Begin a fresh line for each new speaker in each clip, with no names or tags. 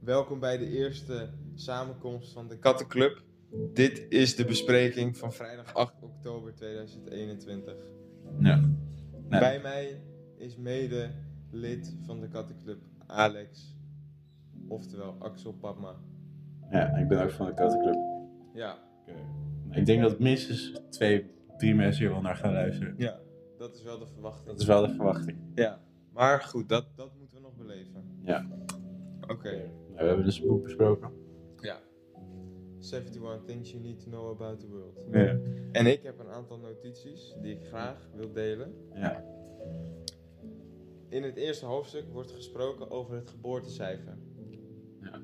Welkom bij de eerste samenkomst van de Kattenclub. Dit is de bespreking van vrijdag 8 oktober 2021.
Ja. Nee.
Bij mij is mede lid van de Kattenclub Alex, oftewel Axel Papma.
ja, ik ben ook van de kattenclub.
Ja,
Ik denk dat minstens twee, drie mensen hier wel naar gaan luisteren.
ja. dat is wel de verwachting.
Dat is wel de verwachting.
Ja, maar goed, dat, dat moeten we nog beleven.
Ja.
Oké.
Nou, we hebben dus een boek besproken.
Ja. 71 Things You Need to Know About the World.
Ja.
En ik heb een aantal notities die ik graag wil delen.
Ja.
In het eerste hoofdstuk wordt gesproken over het geboortecijfer.
Ja.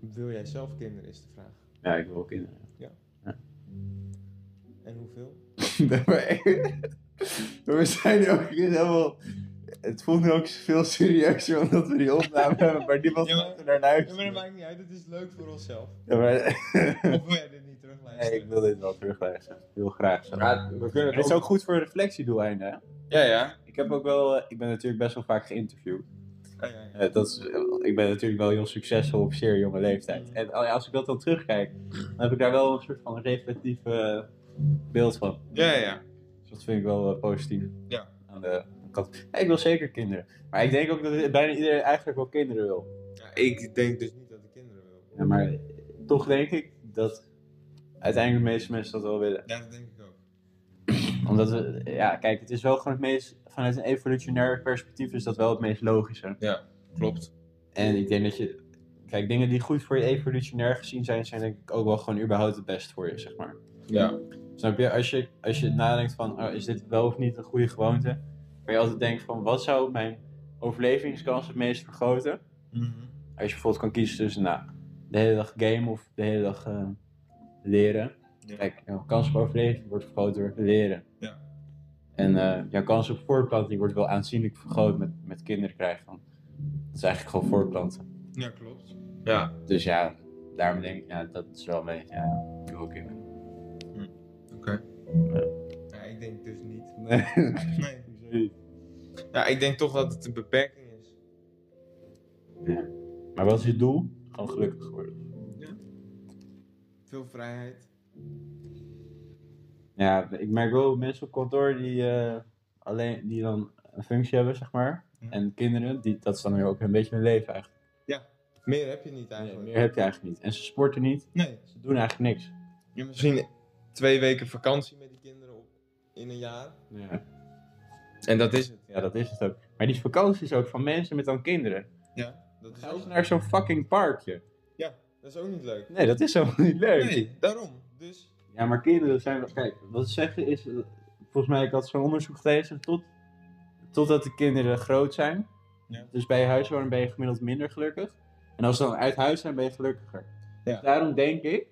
Wil jij zelf kinderen, is de vraag.
ja, ik wil ook kinderen.
En hoeveel?
we zijn ook weer helemaal... Het voelt nu ook veel serieuzer omdat we die opname hebben, maar niemand
Ja, maar-
gaat er naar luisteren.
maakt niet uit, het is leuk voor onszelf.
Ja, maar-
Of wil jij dit niet terugluisteren?
Nee, ik wil dit wel terugluisteren. Heel graag zo.
we kunnen
Het is ook goed voor reflectiedoeleinden, hè?
Ja, ja.
Ik heb ook wel... eh, Ik ben natuurlijk best wel vaak geïnterviewd.
Ah, ja, ja.
Eh, dat is, ik ben natuurlijk wel heel succesvol op zeer jonge leeftijd. En al- als ik dat dan terugkijk, dan heb ik daar wel een soort van reflectief eh, beeld van.
Ja, ja.
Dus dat vind ik wel eh, positief.
Ja.
Aan de kant. Ja, ik wil zeker kinderen. Maar ik denk ook dat bijna iedereen eigenlijk wel kinderen wil.
Ja, Ik denk dus niet dat ik kinderen wil.
Ja, maar toch denk ik dat uiteindelijk de meeste mensen dat wel willen.
Ja, dat denk ik ook.
Omdat we, ja, kijk, het is wel gewoon het meest, vanuit een evolutionair perspectief is dat wel het meest logische.
Klopt.
En ik denk dat je. Kijk, dingen die goed voor je evolutionair gezien zijn, zijn denk ik ook wel gewoon überhaupt het best voor je, zeg maar.
Ja.
Snap je? Als je, als je nadenkt van, oh, is dit wel of niet een goede gewoonte? Maar je altijd denkt van, wat zou mijn overlevingskans het meest vergroten?
Mhm.
Als je bijvoorbeeld kan kiezen tussen, nou, de hele dag game of de hele dag eh, leren.
Ja.
Kijk, jouw kans op overleving wordt vergroot door te leren.
Ja.
En eh, jouw kans op voortplanting wordt wel aanzienlijk vergroot met, met kinderen krijgen dan. Dat is eigenlijk gewoon voortplanten.
Ja, klopt. Ja.
Dus ja, daarom denk ik, ja, dat is wel een beetje, ja, ik wil kinderen.
Oké. Ja, ik denk dus niet.
Nee.
Nee. Ja, ik denk toch dat het een beperking is.
Maar wat is je doel? Gewoon gelukkig worden.
Veel vrijheid.
Ja, ik merk wel mensen op kantoor die, eh, alleen, die dan een functie hebben, zeg maar.
Ja.
En kinderen, die, dat is dan weer ook een beetje hun leven eigenlijk.
Meer heb je niet
Nee,
eigenlijk.
meer heb je eigenlijk niet. En ze sporten niet,
Nee.
ze doen eigenlijk niks.
Je hebt misschien twee weken vakantie met die kinderen op, in een jaar.
Ja.
En dat is het.
ja, dat is het ook. Maar die vakanties ook van mensen met dan kinderen.
Ja, dat is,
Gaan
ook,
ze naar zo'n fucking parkje?
dat is ook niet leuk.
Nee, dat is helemaal niet leuk.
Nee, daarom. Dus
Ja, maar kinderen zijn wel. Kijk, wat ze zeggen is. eh, Volgens mij, ik had zo'n onderzoek gelezen. Tot, totdat de kinderen groot zijn.
Ja.
Dus bij je huis wonen ben je gemiddeld minder gelukkig. En als ze dan uit huis zijn, ben je gelukkiger.
Ja.
Dus daarom denk ik.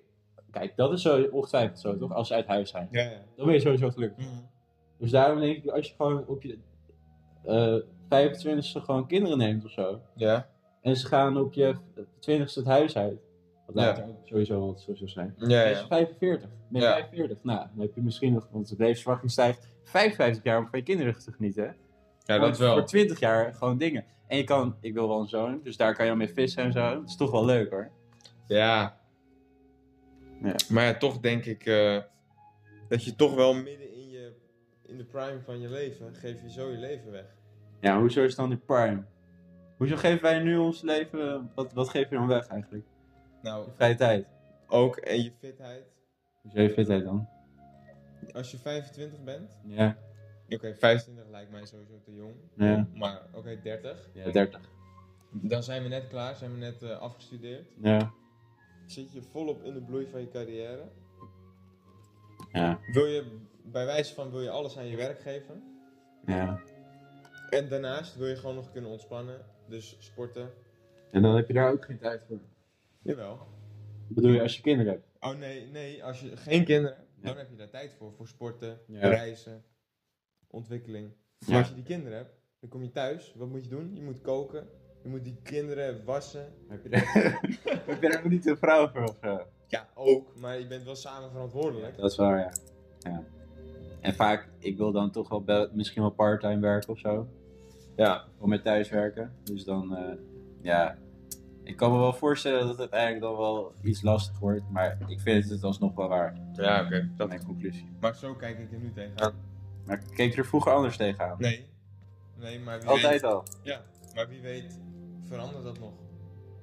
Kijk, dat is zo ongetwijfeld zo, toch? Als ze uit huis zijn.
ja, ja.
Dan ben je sowieso gelukkig.
Mhm.
Dus daarom denk ik, als je gewoon op je eh 25ste gewoon kinderen neemt of zo.
Ja.
En ze gaan op je 20ste het huis uit. Wat
Ja.
later ook sowieso wel zo zou zijn.
Ja,
Hij is 45. Ben je
Ja.
45? Nou, dan heb je misschien nog, want de levensverwachting stijgt, 55 jaar om van je kinderen te genieten. hè? Voor- Voor 20 jaar gewoon dingen. En je kan, ik wil wel een zoon, dus daar kan je al mee vissen en zo. Dat is toch wel leuk hoor.
Ja.
Ja.
Maar ja, toch denk ik eh, dat je toch wel midden in, je, in de prime van je leven geef je zo je leven weg.
Ja, hoezo is dan die prime? Hoezo geven wij nu ons leven, wat, wat geef je dan weg eigenlijk?
Nou,
Je vrije tijd.
ook en je fitheid.
Hoezo je fitheid dan?
Als je 25 bent.
Ja,
Oké, 25 lijkt mij sowieso te jong.
ja.
Maar oké, 30.
Ja, 30.
Dan zijn we net klaar, zijn we net eh, afgestudeerd.
Ja.
Zit je volop in de bloei van je carrière.
Ja.
Wil je, bij wijze van wil je alles aan je werk geven.
Ja.
En daarnaast wil je gewoon nog kunnen ontspannen. Dus sporten.
En dan heb je daar ook geen tijd voor.
Jawel.
Bedoel je als je kinderen hebt?
Oh nee, nee, als je geen kinderen hebt,
Ja.
dan heb je daar tijd voor. Voor sporten,
Ja.
reizen, ontwikkeling. Maar
Ja.
als je die kinderen hebt, dan kom je thuis. Wat moet je doen? Je moet koken. Je moet die kinderen wassen.
Heb je daar, heb je daar nog niet een vrouw voor of zo?
Ja, ook. Maar je bent wel samen verantwoordelijk.
Dat is waar, ja. ja. En vaak, ik wil dan toch wel be- misschien wel parttime werken of zo.
Ja.
Om met thuiswerken. Dus dan, eh, ja. Ik kan me wel voorstellen dat het uiteindelijk dan wel iets lastig wordt, maar ik vind het dus alsnog wel waar,
Ja, oké.
dat mijn conclusie.
Maar zo kijk ik er nu tegenaan.
Maar ik keek er vroeger anders tegenaan.
Nee. Nee, maar wie
Altijd
weet...
al.
Ja, maar wie weet verandert dat nog.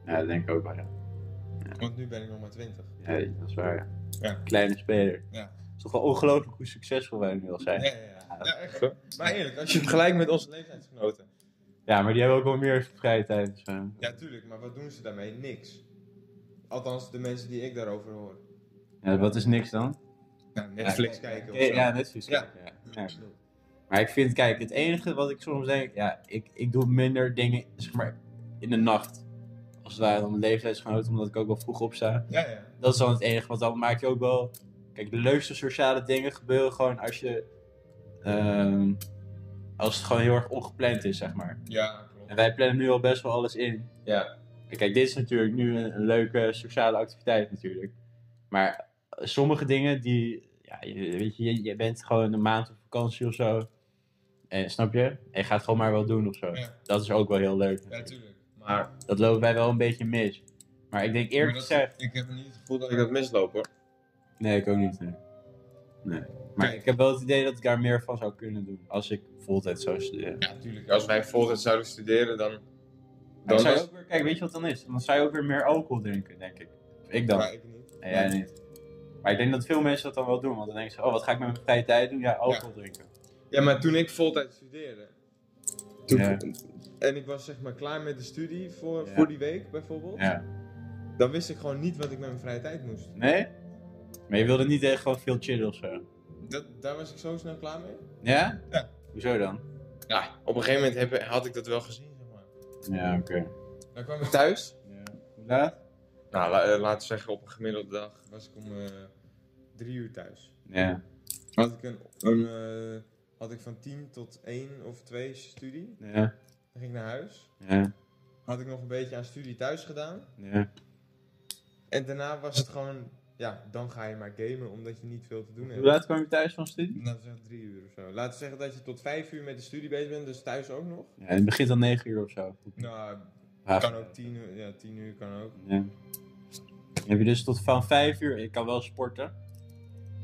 Ja, dat denk ik ook wel, ja.
Want nu ben ik nog maar 20.
Ja, dat is waar, ja.
Ja.
Kleine speler.
Ja.
Het is toch wel ongelooflijk hoe succesvol wij nu al zijn.
Ja, ja, ja. ja echt. Maar eerlijk, als je het gelijk met onze leeftijdsgenoten.
Ja, maar die hebben ook wel meer vrije tijd. Dus, eh,
Ja, tuurlijk, maar wat doen ze daarmee? Niks. Althans, de mensen die ik daarover hoor.
ja, wat is niks dan?
Nou, Netflix
Ja,
kijken of
ja,
zo.
Ja, Netflix
Ja.
kijken. Ja. Ja. Maar ik vind, kijk, het enige wat ik soms denk, ja, ik, ik doe minder dingen, zeg maar, in de nacht. Als het ware, om mijn leeftijdsgenoten, omdat ik ook wel vroeg opsta.
Ja, ja.
Dat is dan het enige, want dan maak je ook wel... Kijk, de leukste sociale dingen gebeuren gewoon als je... ehm, als het gewoon heel erg ongepland is, zeg maar.
Ja, klopt.
En wij plannen nu al best wel alles in.
Ja.
En Kijk, dit is natuurlijk nu een, een leuke sociale activiteit natuurlijk. Maar sommige dingen die... Ja, je, weet je, je, je bent gewoon een maand op vakantie of zo. En snap je? En je gaat gewoon maar wel doen of zo.
Ja,
Dat is ook wel heel leuk.
ja tuurlijk. Maar,
Dat lopen wij wel een beetje mis. Maar ik denk
maar
eerlijk
dat-
gezegd...
ik heb niet het gevoel dat ik dat misloop hoor.
Nee, ik ook niet. Nee. nee. Maar
Kijk.
ik heb wel het idee dat ik daar meer van zou kunnen doen. Als ik voltijd zou studeren.
Ja, tuurlijk. Als wij volgend zouden studeren, dan.
Dan
dan
zou je
was-
ook weer, kijk, weet je wat dan is? Dan zou je ook weer meer alcohol drinken, denk ik. Ik dan.
Maar ik niet.
Nee, jij niet. Maar ik denk dat veel mensen dat dan wel doen. Want dan denken ze, oh, wat ga ik met mijn vrije tijd doen? Ja, alcohol drinken.
Ja, maar toen ik voltijd studeerde. Toen
Ja.
En ik was zeg maar klaar met de studie voor,
Ja.
voor die week bijvoorbeeld.
Ja.
Dan wist ik gewoon niet wat ik met mijn vrije tijd moest.
Nee? Maar je wilde niet echt gewoon veel chillen of zo?
Dat, daar was ik zo snel klaar mee.
Ja?
Ja.
Hoezo dan?
Ja, op een gegeven moment heb- had ik dat wel gezien, zeg maar.
Ja, oké.
Dan kwam ik thuis.
Hoe laat?
Nou, la- eh, laten we zeggen, op een gemiddelde dag was ik om eh, drie uur thuis.
Ja.
Had ik, een, een, eh, had ik van tien tot één of twee studie.
Ja.
Dan ging ik naar huis.
Ja.
Had ik nog een beetje aan studie thuis gedaan.
Ja.
En daarna was het gewoon, ja, dan ga je maar gamen omdat je niet veel te doen
Hoe
hebt.
laat kwam je thuis van studie?
Nou, zeg drie uur of zo. Laten we zeggen dat je tot vijf uur met de studie bezig bent, dus thuis ook nog.
Ja, het begint al 9 uur of zo.
Nou,
Ja.
kan ook tien uur, ja, tien uur kan ook.
Ja. Dan Heb je dus tot van 5 uur, ik kan wel sporten.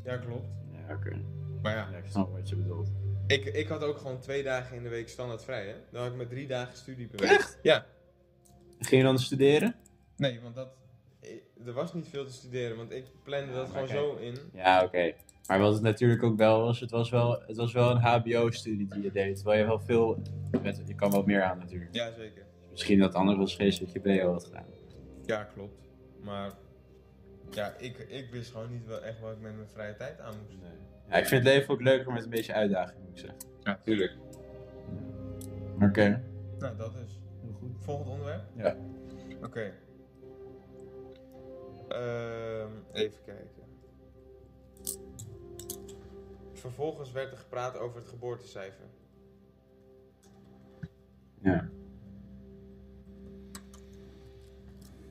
Ja, klopt.
Ja, oké.
Maar ja,
ik snap wat je bedoelt.
ik, ik had ook gewoon twee dagen in de week standaard vrij, hè. Dan had ik maar drie dagen studie per week.
Echt?
Ja.
Ging je dan studeren?
Nee, want dat, eh, er was niet veel te studeren, want ik plande
Ja,
dat
maar
gewoon zo in.
Ja, oké. Maar wat het natuurlijk ook wel was, het was wel, het was wel een HBO-studie die je deed. Terwijl je wel veel, met- je kan wel meer aan natuurlijk.
Ja, zeker.
Misschien dat anders was geweest dat je BO had gedaan.
Ja, klopt. Maar ja, ik, ik wist gewoon niet wel echt wat ik met mijn vrije tijd aan moest.
Ja, ik vind het leven ook leuker met een beetje uitdaging, moet ik zeggen.
Ja, tuurlijk.
Oké.
Nou, dat is.
Heel goed.
Volgend onderwerp?
Ja.
Oké. Ehm, even kijken. Vervolgens werd er gepraat over het geboortecijfer.
Ja.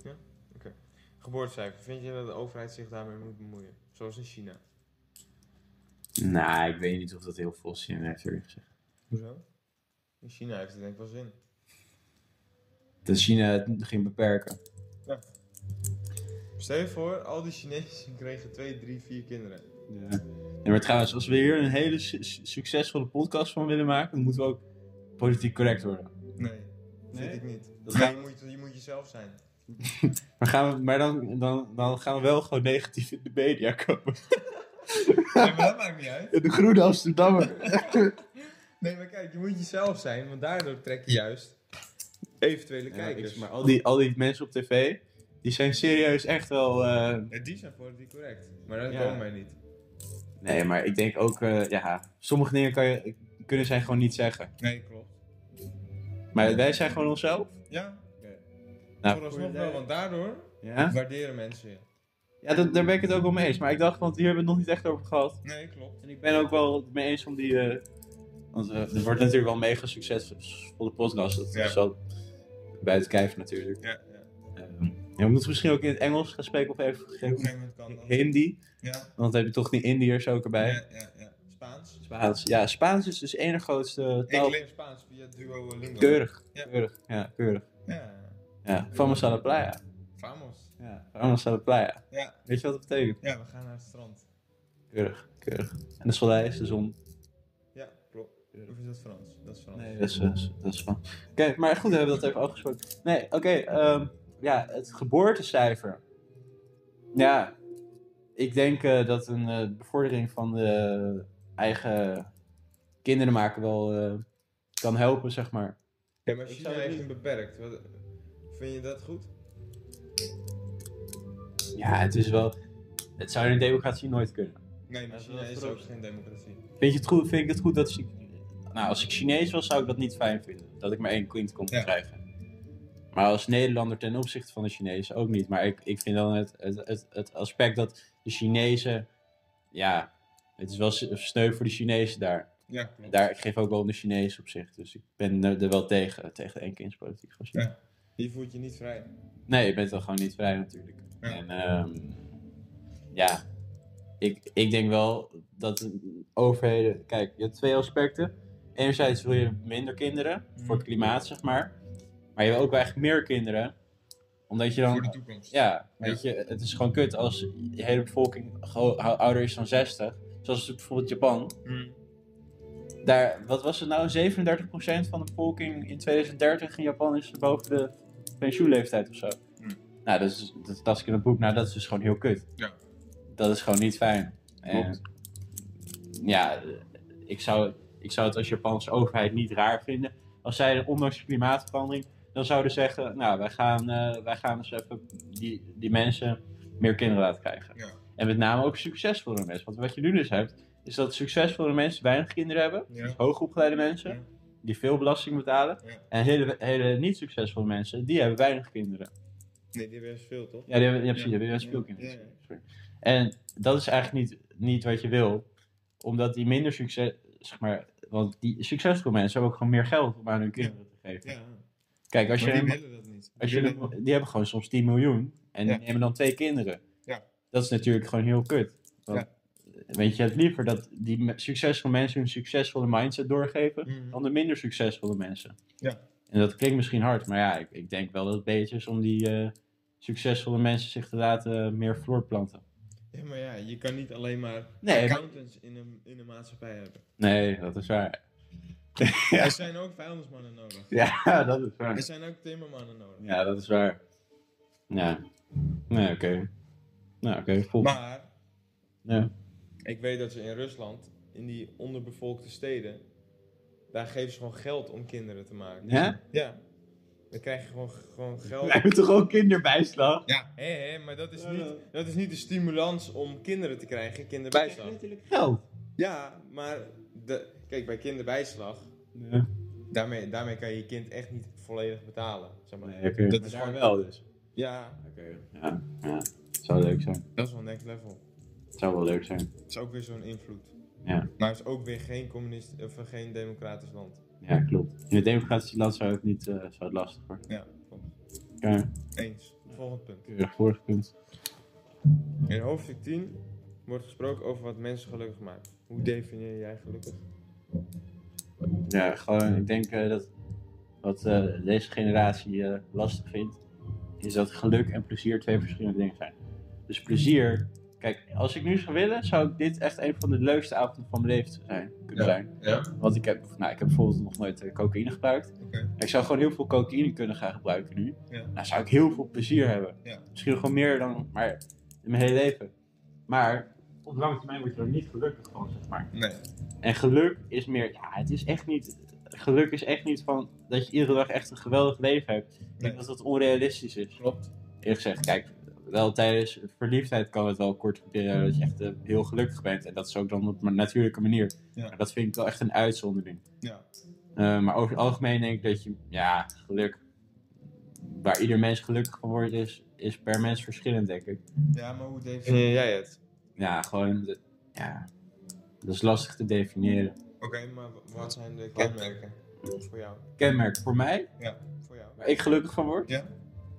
Ja? Oké. Geboortecijfer. Vind je dat de overheid zich daarmee moet bemoeien? Zoals in China.
Nou, ik weet niet of dat heel veel zin heeft, eerlijk gezegd.
Hoezo? In China heeft het denk ik wel zin.
Dat China het ging beperken.
Stel je voor, al die Chinezen kregen twee, drie, vier kinderen.
Ja. maar trouwens, als we hier een hele su- su- succesvolle podcast van willen maken, dan moeten we ook politiek correct worden.
Nee. Vind
Nee?
ik niet.
Dat
Nee,
gaat-
je, moet, je moet jezelf zijn.
Maar, gaan we, maar dan, dan, dan gaan we wel gewoon negatief in de media komen.
Nee, maar dat maakt niet uit.
De groene Amsterdammer.
Nee, maar kijk, je moet jezelf zijn, want daardoor trek je juist eventuele kijkers.
maar al die, al die mensen op tv, die zijn serieus echt wel... eh,
Ja, die zijn politiek correct, maar dat
Ja.
komen wij niet.
Nee, maar ik denk ook, eh, ja, sommige dingen kan je, kunnen zij gewoon niet zeggen.
Nee, klopt.
Maar wij zijn gewoon onszelf.
Ja,
Nou,
vooralsnog wel, want daardoor
Ja,
waarderen mensen je.
ja dat, daar ben ik het ook wel mee eens. Maar ik dacht, want hier hebben we het nog niet echt over gehad.
Nee, klopt.
En ik ben ook wel het mee eens om die... eh, want eh, het wordt natuurlijk wel een mega succesvolle podcast. Dat
Ja.
is wel buiten kijf natuurlijk.
Ja, ja.
Eh, ja, we moeten misschien ook in het Engels gaan spreken of even
Op een
geen-
gegeven moment kan dat.
Hindi.
Ja,
Want dan heb je toch die Indiërs ook erbij.
ja, ja, ja. Spaans.
Spaans. Ja, Spaans is dus één grootste
Ik
taal.
leer Spaans via Duolingo.
Keurig.
Ja.
Keurig. Ja, keurig.
Ja.
Ja, Ja, vamos a la playa.
Vamos.
Ja, vamos a la playa.
Ja.
Weet je wat dat betekent?
ja, we gaan naar het strand.
Keurig, keurig. En de soleil is de zon.
Ja, klopt. Of is dat Frans? Dat is Frans.
Nee, dat is, eh, dat is van. Oké, maar goed, we hebben we dat even afgesproken. Nee, oké, ehm, ja, het geboortecijfer. Ja, ik denk eh, dat een eh, bevordering van de eigen kinderen maken wel eh, kan helpen, zeg maar.
Ja, maar
Ik
China
zou het
heeft
niet-
hem beperkt. Wat- vind je dat goed?
Ja, het is wel. Het zou in een democratie nooit kunnen.
Nee, maar
Ja,
China
dat
is
klopt.
ook geen democratie.
Vind, je het goed, vind ik het goed dat. Chi- Nou, als ik Chinees was, zou ik dat niet fijn vinden. Dat ik maar één kind kon
Ja.
krijgen. Maar als Nederlander ten opzichte van de Chinezen ook niet. Maar ik, ik vind dan het, het, het, het aspect dat de Chinezen. Ja, het is wel s- sneu voor de Chinezen daar.
Ja, klopt.
daar ik geef ook wel om de Chinezen op zich. Dus ik ben er er wel tegen, tegen de eenkindspolitiek van China.
Ja. Hier voelt je niet vrij.
Nee, je bent dan gewoon niet vrij natuurlijk.
Ja.
En ehm, ja, ik, ik denk wel dat de overheden... Kijk, je hebt twee aspecten. Enerzijds wil je minder kinderen,
Mhm.
voor het klimaat zeg maar. Maar je wil ook wel echt meer kinderen. Omdat je
Voor de
dan...
toekomst.
Ja, weet je, het is gewoon kut als je hele bevolking gewoon ouder is dan 60. Zoals bijvoorbeeld Japan.
Mm.
Daar, wat was het nou? 37% van de bevolking in 2030 in Japan is boven de pensioenleeftijd of zo.
Hm.
Nou, dat, is, dat las ik in het boek. Nou, dat is dus gewoon heel kut.
Ja.
Dat is gewoon niet fijn.
Klopt.
En, ja, ik zou, ik zou het als Japanse overheid niet raar vinden. Als zij, ondanks de klimaatverandering, dan zouden zeggen... Nou, wij gaan, eh, wij gaan eens even die, die mensen meer kinderen laten krijgen.
Ja.
En met name ook succesvolle mensen. Want wat je nu dus hebt, is dat succesvolle mensen weinig kinderen hebben
Ja.
hoogopgeleide mensen
Ja.
die veel belasting betalen.
Ja.
En hele, hele niet succesvolle mensen, die hebben weinig kinderen.
Nee, die hebben best veel, toch?
Ja, die hebben, ja, precies, die hebben juist
Ja.
veel kinderen.
Ja, ja.
Sorry. En dat is eigenlijk niet, niet wat je wil. Omdat die minder succes, zeg maar, want die succesvolle mensen hebben ook gewoon meer geld om aan hun kinderen te geven.
Ja,
Kijk, als
maar die
je,
willen dat niet.
als je,
Die willen-
die hebben gewoon soms 10 miljoen en
Ja.
die nemen dan twee kinderen.
Ja.
Dat is natuurlijk gewoon heel kut. Want, Weet je, je hebt liever dat die me- succesvolle mensen hun succesvolle mindset doorgeven
Mhm.
dan de minder succesvolle mensen.
Ja.
En dat klinkt misschien hard, maar ja, ik, ik denk wel dat het beter is om die eh, succesvolle mensen zich te laten eh, meer floorplanten.
Ja, maar ja, je kan niet alleen maar
Nee, maar-
accountants in, een, in een maatschappij hebben.
Nee, dat is waar.
Er zijn ook vuilnismannen nodig.
Ja, dat is
Er
waar.
zijn ook timmermannen nodig.
Ja, dat is waar. Ja. Nee, oké. Nou, oké, vol.
Maar,
Ja.
ik weet dat ze in Rusland, in die onderbevolkte steden, daar geven ze gewoon geld om kinderen te maken.
Ja?
Ja. Dan krijg je gewoon, gewoon geld.
Wij hebben toch ook kinderbijslag?
Ja, hé, hé, maar dat is,
Ja.
niet, dat is niet de stimulans om kinderen te krijgen,
Wij krijgen
kinderbijslag.
natuurlijk geld.
Ja, maar de, kijk, bij kinderbijslag,
Nee,
daarmee, daarmee kan je je kind echt niet volledig betalen. Zeg maar.
oké. Dat
is
is
gewoon-
gewoon wel dus.
Ja,
Oké, ja. ja. Zou leuk zijn.
dat is wel next level.
Zou wel leuk zijn.
Het is ook weer zo'n invloed.
Ja.
Maar het is ook weer geen communist of geen democratisch land.
Ja, klopt. In het democratisch land zou het niet eh, zou het lastig worden.
Ja, klopt.
Ja,
Eens. Volgend punt.
keurig vorig punt.
In hoofdstuk 10 wordt gesproken over wat mensen gelukkig maakt. Hoe definieer jij gelukkig?
Ja, gewoon, ik denk eh, dat wat eh, deze generatie eh, lastig vindt, is dat geluk en plezier twee verschillende dingen zijn. Dus plezier, kijk, als ik nu zou willen, zou ik dit echt een van de leukste avonden van mijn leven zijn, kunnen zijn.
Ja.
Want ik heb, nou, ik heb bijvoorbeeld nog nooit eh, cocaïne gebruikt.
Oké.
Ik zou gewoon heel veel cocaïne kunnen gaan gebruiken nu.
Ja.
Nou, zou ik heel veel plezier hebben.
Ja.
Misschien gewoon meer dan maar in mijn hele leven. Maar op lange termijn word je er niet gelukkig van, zeg maar.
Nee.
En geluk is meer, ja, het is echt niet. Geluk is echt niet van dat je iedere dag echt een geweldig leven hebt. Ik
Nee.
denk dat dat onrealistisch is.
Klopt.
Eerlijk gezegd, kijk, wel tijdens verliefdheid kan het wel kort periode dat je echt eh, heel gelukkig bent. En dat is ook dan op een natuurlijke manier.
Ja.
Maar dat vind ik wel echt een uitzondering.
Ja.
Eh, maar over het algemeen denk ik dat je, ja, geluk. Waar ieder mens gelukkig van wordt, is, is per mens verschillend, denk ik.
Ja, maar hoe definieer jij het?
Ja, gewoon, de- ja, dat is lastig te definiëren.
Oké, maar w- wat zijn de kenmerken voor jou?
Kenmerk voor mij
Ja, voor jou.
Waar ik gelukkig van word?
Ja.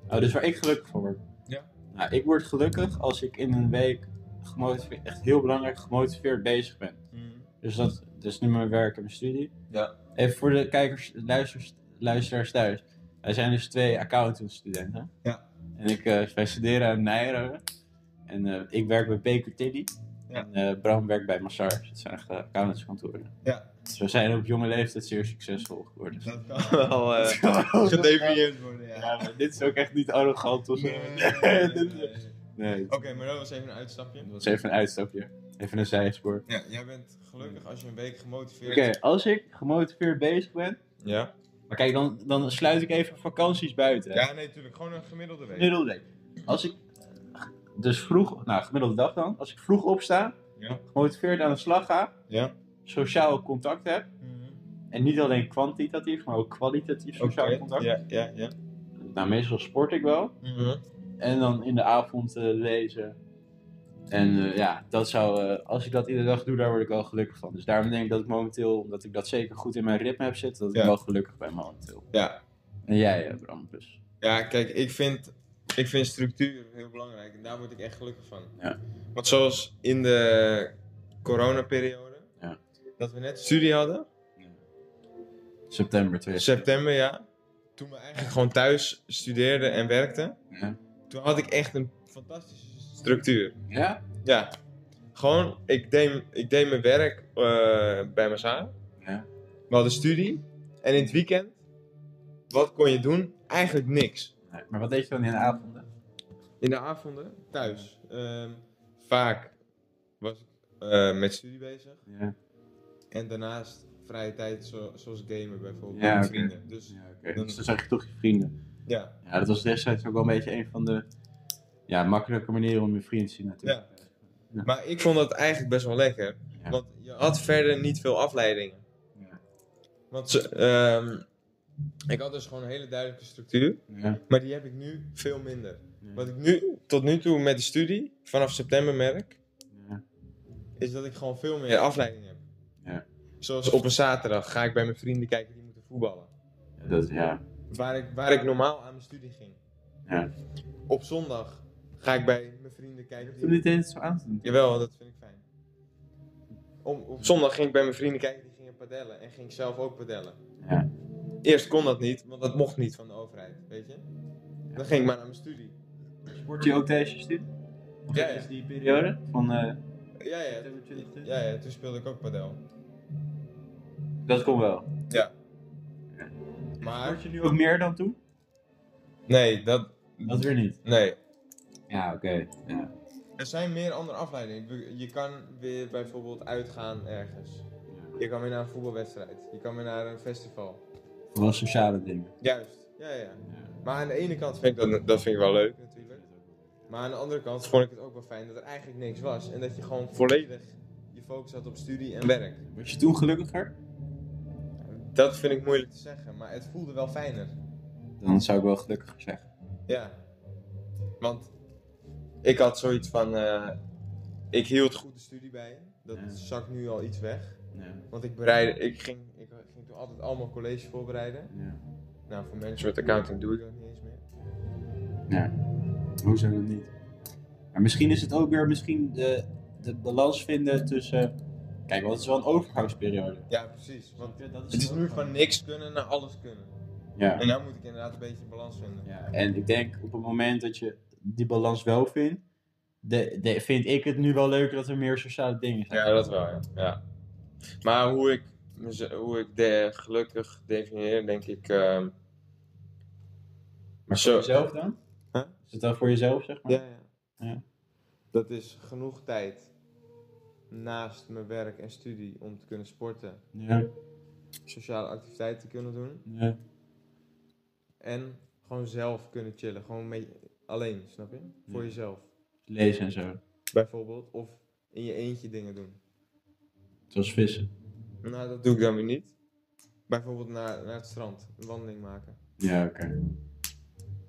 Oh, dus waar ik gelukkig van word?
Ja.
Nou, ik word gelukkig als ik in een week gemotiveerd, echt heel belangrijk gemotiveerd bezig ben.
Hmm,
Dus dat dus nu mijn werk en mijn studie.
Ja.
Even voor de kijkers, luisteraars, luisteraars thuis. Wij zijn dus twee accountant-studenten.
Ja.
En ik, eh, wij studeren aan Nijrode. En eh, ik werk bij Baker Tilly.
Ja.
En eh, Bram werkt bij Massage. Dat zijn echt eh, accountantskantoren.
Ja.
Dus we zijn op jonge leeftijd zeer succesvol geworden.
Dat kan wel eh, gedefinieerd worden, ja.
Ja, maar dit is ook echt niet arrogant of zo.
Nee, nee, nee, nee.
Nee,
Oké, maar dat was even een uitstapje.
Oh, dat is even een uitstapje. Even een zijspoor. Oké,
Ja, jij bent gelukkig als je een week gemotiveerd
als ik gemotiveerd bezig ben.
Ja?
Maar kijk, dan, dan sluit ik even vakanties buiten. hè.
Ja, nee, natuurlijk. Gewoon een gemiddelde week.
Gemiddelde week. Als ik eh, dus vroeg, nou gemiddelde dag dan, als ik vroeg opsta,
Ja.
gemotiveerd aan de slag ga,
Ja.
sociaal contact heb,
Hmm.
en niet alleen kwantitatief, maar ook kwalitatief sociaal
Oké,
contact.
Ja, ja, ja.
Nou, meestal sport ik wel.
Hmm.
En dan in de avond eh, lezen. En eh, ja, dat zou, eh, als ik dat iedere dag doe, daar word ik wel gelukkig van. Dus daarom denk ik dat ik momenteel, omdat ik dat zeker goed in mijn ritme heb zitten, dat
Ja.
ik wel gelukkig ben momenteel.
Ja.
En jij, eh, Bram, dus.
Ja, kijk, ik vind, ik vind structuur heel belangrijk. En daar word ik echt gelukkig van.
Ja.
Want zoals in de coronaperiode,
Ja.
dat we net studie hadden,
September 20.
september, ja. Toen we eigenlijk gewoon thuis studeerden en werkten,
Ja.
toen had ik echt een fantastische structuur.
Ja?
Ja. Gewoon, ik deed, ik deed mijn werk eh, bij Massa.
Ja.
We hadden studie. En in het weekend, wat kon je doen? Eigenlijk niks.
Nee, maar wat deed je dan in de avonden?
In de avonden, thuis. Ehm, vaak was ik eh, met studie bezig.
Ja,
En daarnaast vrije tijd, zo- zoals gamen bijvoorbeeld.
Ja,
met
oké.
vrienden. Dus
oké.
Dan-
Dus dan zag je toch je vrienden.
ja.
Ja, dat was destijds ook wel een beetje een van de ja, makkelijke manieren om je vrienden te zien natuurlijk.
Maar ik vond dat eigenlijk best wel lekker.
Ja.
Want je had verder niet veel afleidingen.
Ja.
Want ze- ehm, ik had dus gewoon een hele duidelijke structuur.
Ja.
Maar die heb ik nu veel minder.
Ja.
Wat ik nu, tot nu toe met de studie, vanaf september merk, is dat ik gewoon veel meer afleiding heb.
Ja.
Zoals op een zaterdag ga ik bij mijn vrienden kijken die moeten voetballen.
Ja, Dat, ja.
Waar ik, waar ik normaal aan mijn studie ging.
Ja.
Op zondag ga ik bij mijn vrienden kijken
Toen
die...
dit eens zo aan te doen.
Jawel, dat vind ik fijn. Om, op zondag ging ik bij mijn vrienden kijken die gingen padellen. En ging ik zelf ook padellen.
Ja.
Eerst kon dat niet, want dat mocht niet van de overheid, weet je. Dan ging ik maar naar mijn studie.
Sport je ook tijdens je studie? Of
Ja, ja.
tijdens die periode van eh,
Ja, ja,
september 2020?
ja, ja toen speelde ik ook padel.
Dat kon wel.
Maar
Sport je nu ook meer dan toen?
Nee, dat.
Dat weer niet.
Nee.
Ja, oké. Ja.
Er zijn meer andere afleidingen. Ik bedoel, Je kan weer bijvoorbeeld uitgaan ergens. Je kan weer naar een voetbalwedstrijd. Je kan weer naar een festival.
Vooral sociale dingen.
Juist. Ja, ja. Maar aan de ene kant vind ik dat, dat vind ik wel leuk natuurlijk. Maar aan de andere kant vond ik het ook wel fijn dat er eigenlijk niks was. En dat je gewoon volledig je focus had op studie en werk.
Was je toen gelukkiger?
Dat vind ik moeilijk te zeggen, maar het voelde wel fijner.
Dan zou ik wel gelukkiger zeggen.
Ja. Want ik had zoiets van. eh, ik hield goed de studie bij. Dat
Ja.
zakt nu al iets weg.
Ja.
Want ik, bereidde, ik, ging, ik ging toen altijd allemaal college voorbereiden.
ja.
Nou, voor management accounting doe ik dat niet eens meer.
Hoezo dan niet? Maar misschien is het ook weer misschien de, de balans vinden tussen... Kijk, want het is wel een overgangsperiode.
Ja, precies. Want
dat
het is nu van niks kunnen naar alles kunnen.
Ja.
En daar moet ik inderdaad een beetje balans vinden.
Ja, en ik denk op het moment dat je die balans wel vindt, de, de, vind ik het nu wel leuker dat er meer sociale dingen zijn.
dat wel, ja. Maar hoe ik, mez- hoe ik de, gelukkig definieer, denk ik. ehm,
Maar
Zo.
voor jezelf dan?
Huh?
Is het dan voor jezelf, zeg maar?
Ja, ja.
Ja.
Dat is genoeg tijd naast mijn werk en studie om te kunnen sporten,
Ja,
sociale activiteiten te kunnen doen
ja.
en gewoon zelf kunnen chillen. Gewoon mee, alleen, snap je? Voor
Ja.
jezelf
Lezen en zo.
bijvoorbeeld. Of in je eentje dingen doen.
Zoals vissen.
Nou, dat doe ik dan weer niet. Bijvoorbeeld naar, naar het strand, een wandeling maken.
Ja, oké.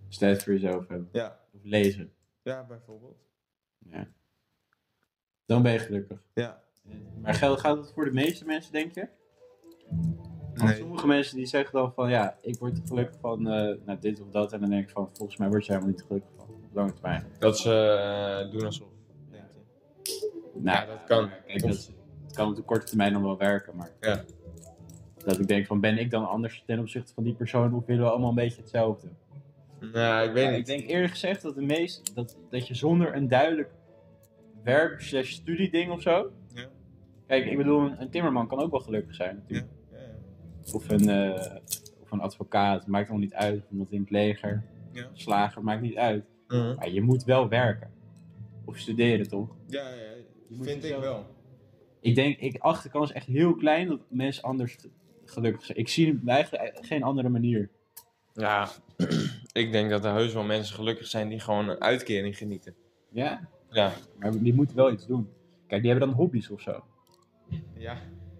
Dus tijd voor jezelf hebben.
Ja,
Of lezen.
ja bijvoorbeeld.
Ja. Dan ben je gelukkig.
Ja.
Maar geld gaat het voor de meeste mensen, denk je? Want sommige mensen die zeggen dan van ja, ik word er gelukkig van eh, nou, dit of dat. En dan denk ik van volgens mij word je helemaal niet gelukkig van. Op lange termijn.
dat is doen alsof.
denk Nou,
Ja, dat kan.
Kijk, dat, dat kan op de korte termijn nog wel werken, maar
Ja.
Dat ik denk van, ben ik dan anders ten opzichte van die persoon of willen we allemaal een beetje hetzelfde?
Nou, ik weet
Maar
niet.
ik denk eerlijk gezegd dat, de meest, dat, dat je zonder een duidelijk werk slash studieding of zo...
Ja.
Kijk, ik bedoel, een, een timmerman kan ook wel gelukkig zijn natuurlijk.
Ja, ja.
Of, een, eh, of een advocaat, maakt allemaal niet uit. Iemand in het leger,
Ja.
slager, maakt niet uit.
Mhm.
Maar je moet wel werken. Of studeren, toch?
Ja, ja,
moet
vind ik
jezelf-
wel.
Ik denk, ik acht de kans echt heel klein dat mensen anders gelukkig zijn. Ik zie eigenlijk geen andere manier.
Ja, ik denk dat er heus wel mensen gelukkig zijn die gewoon een uitkering genieten.
Ja,
Ja.
maar die moeten wel iets doen. Kijk, die hebben dan hobby's of zo.
Ja,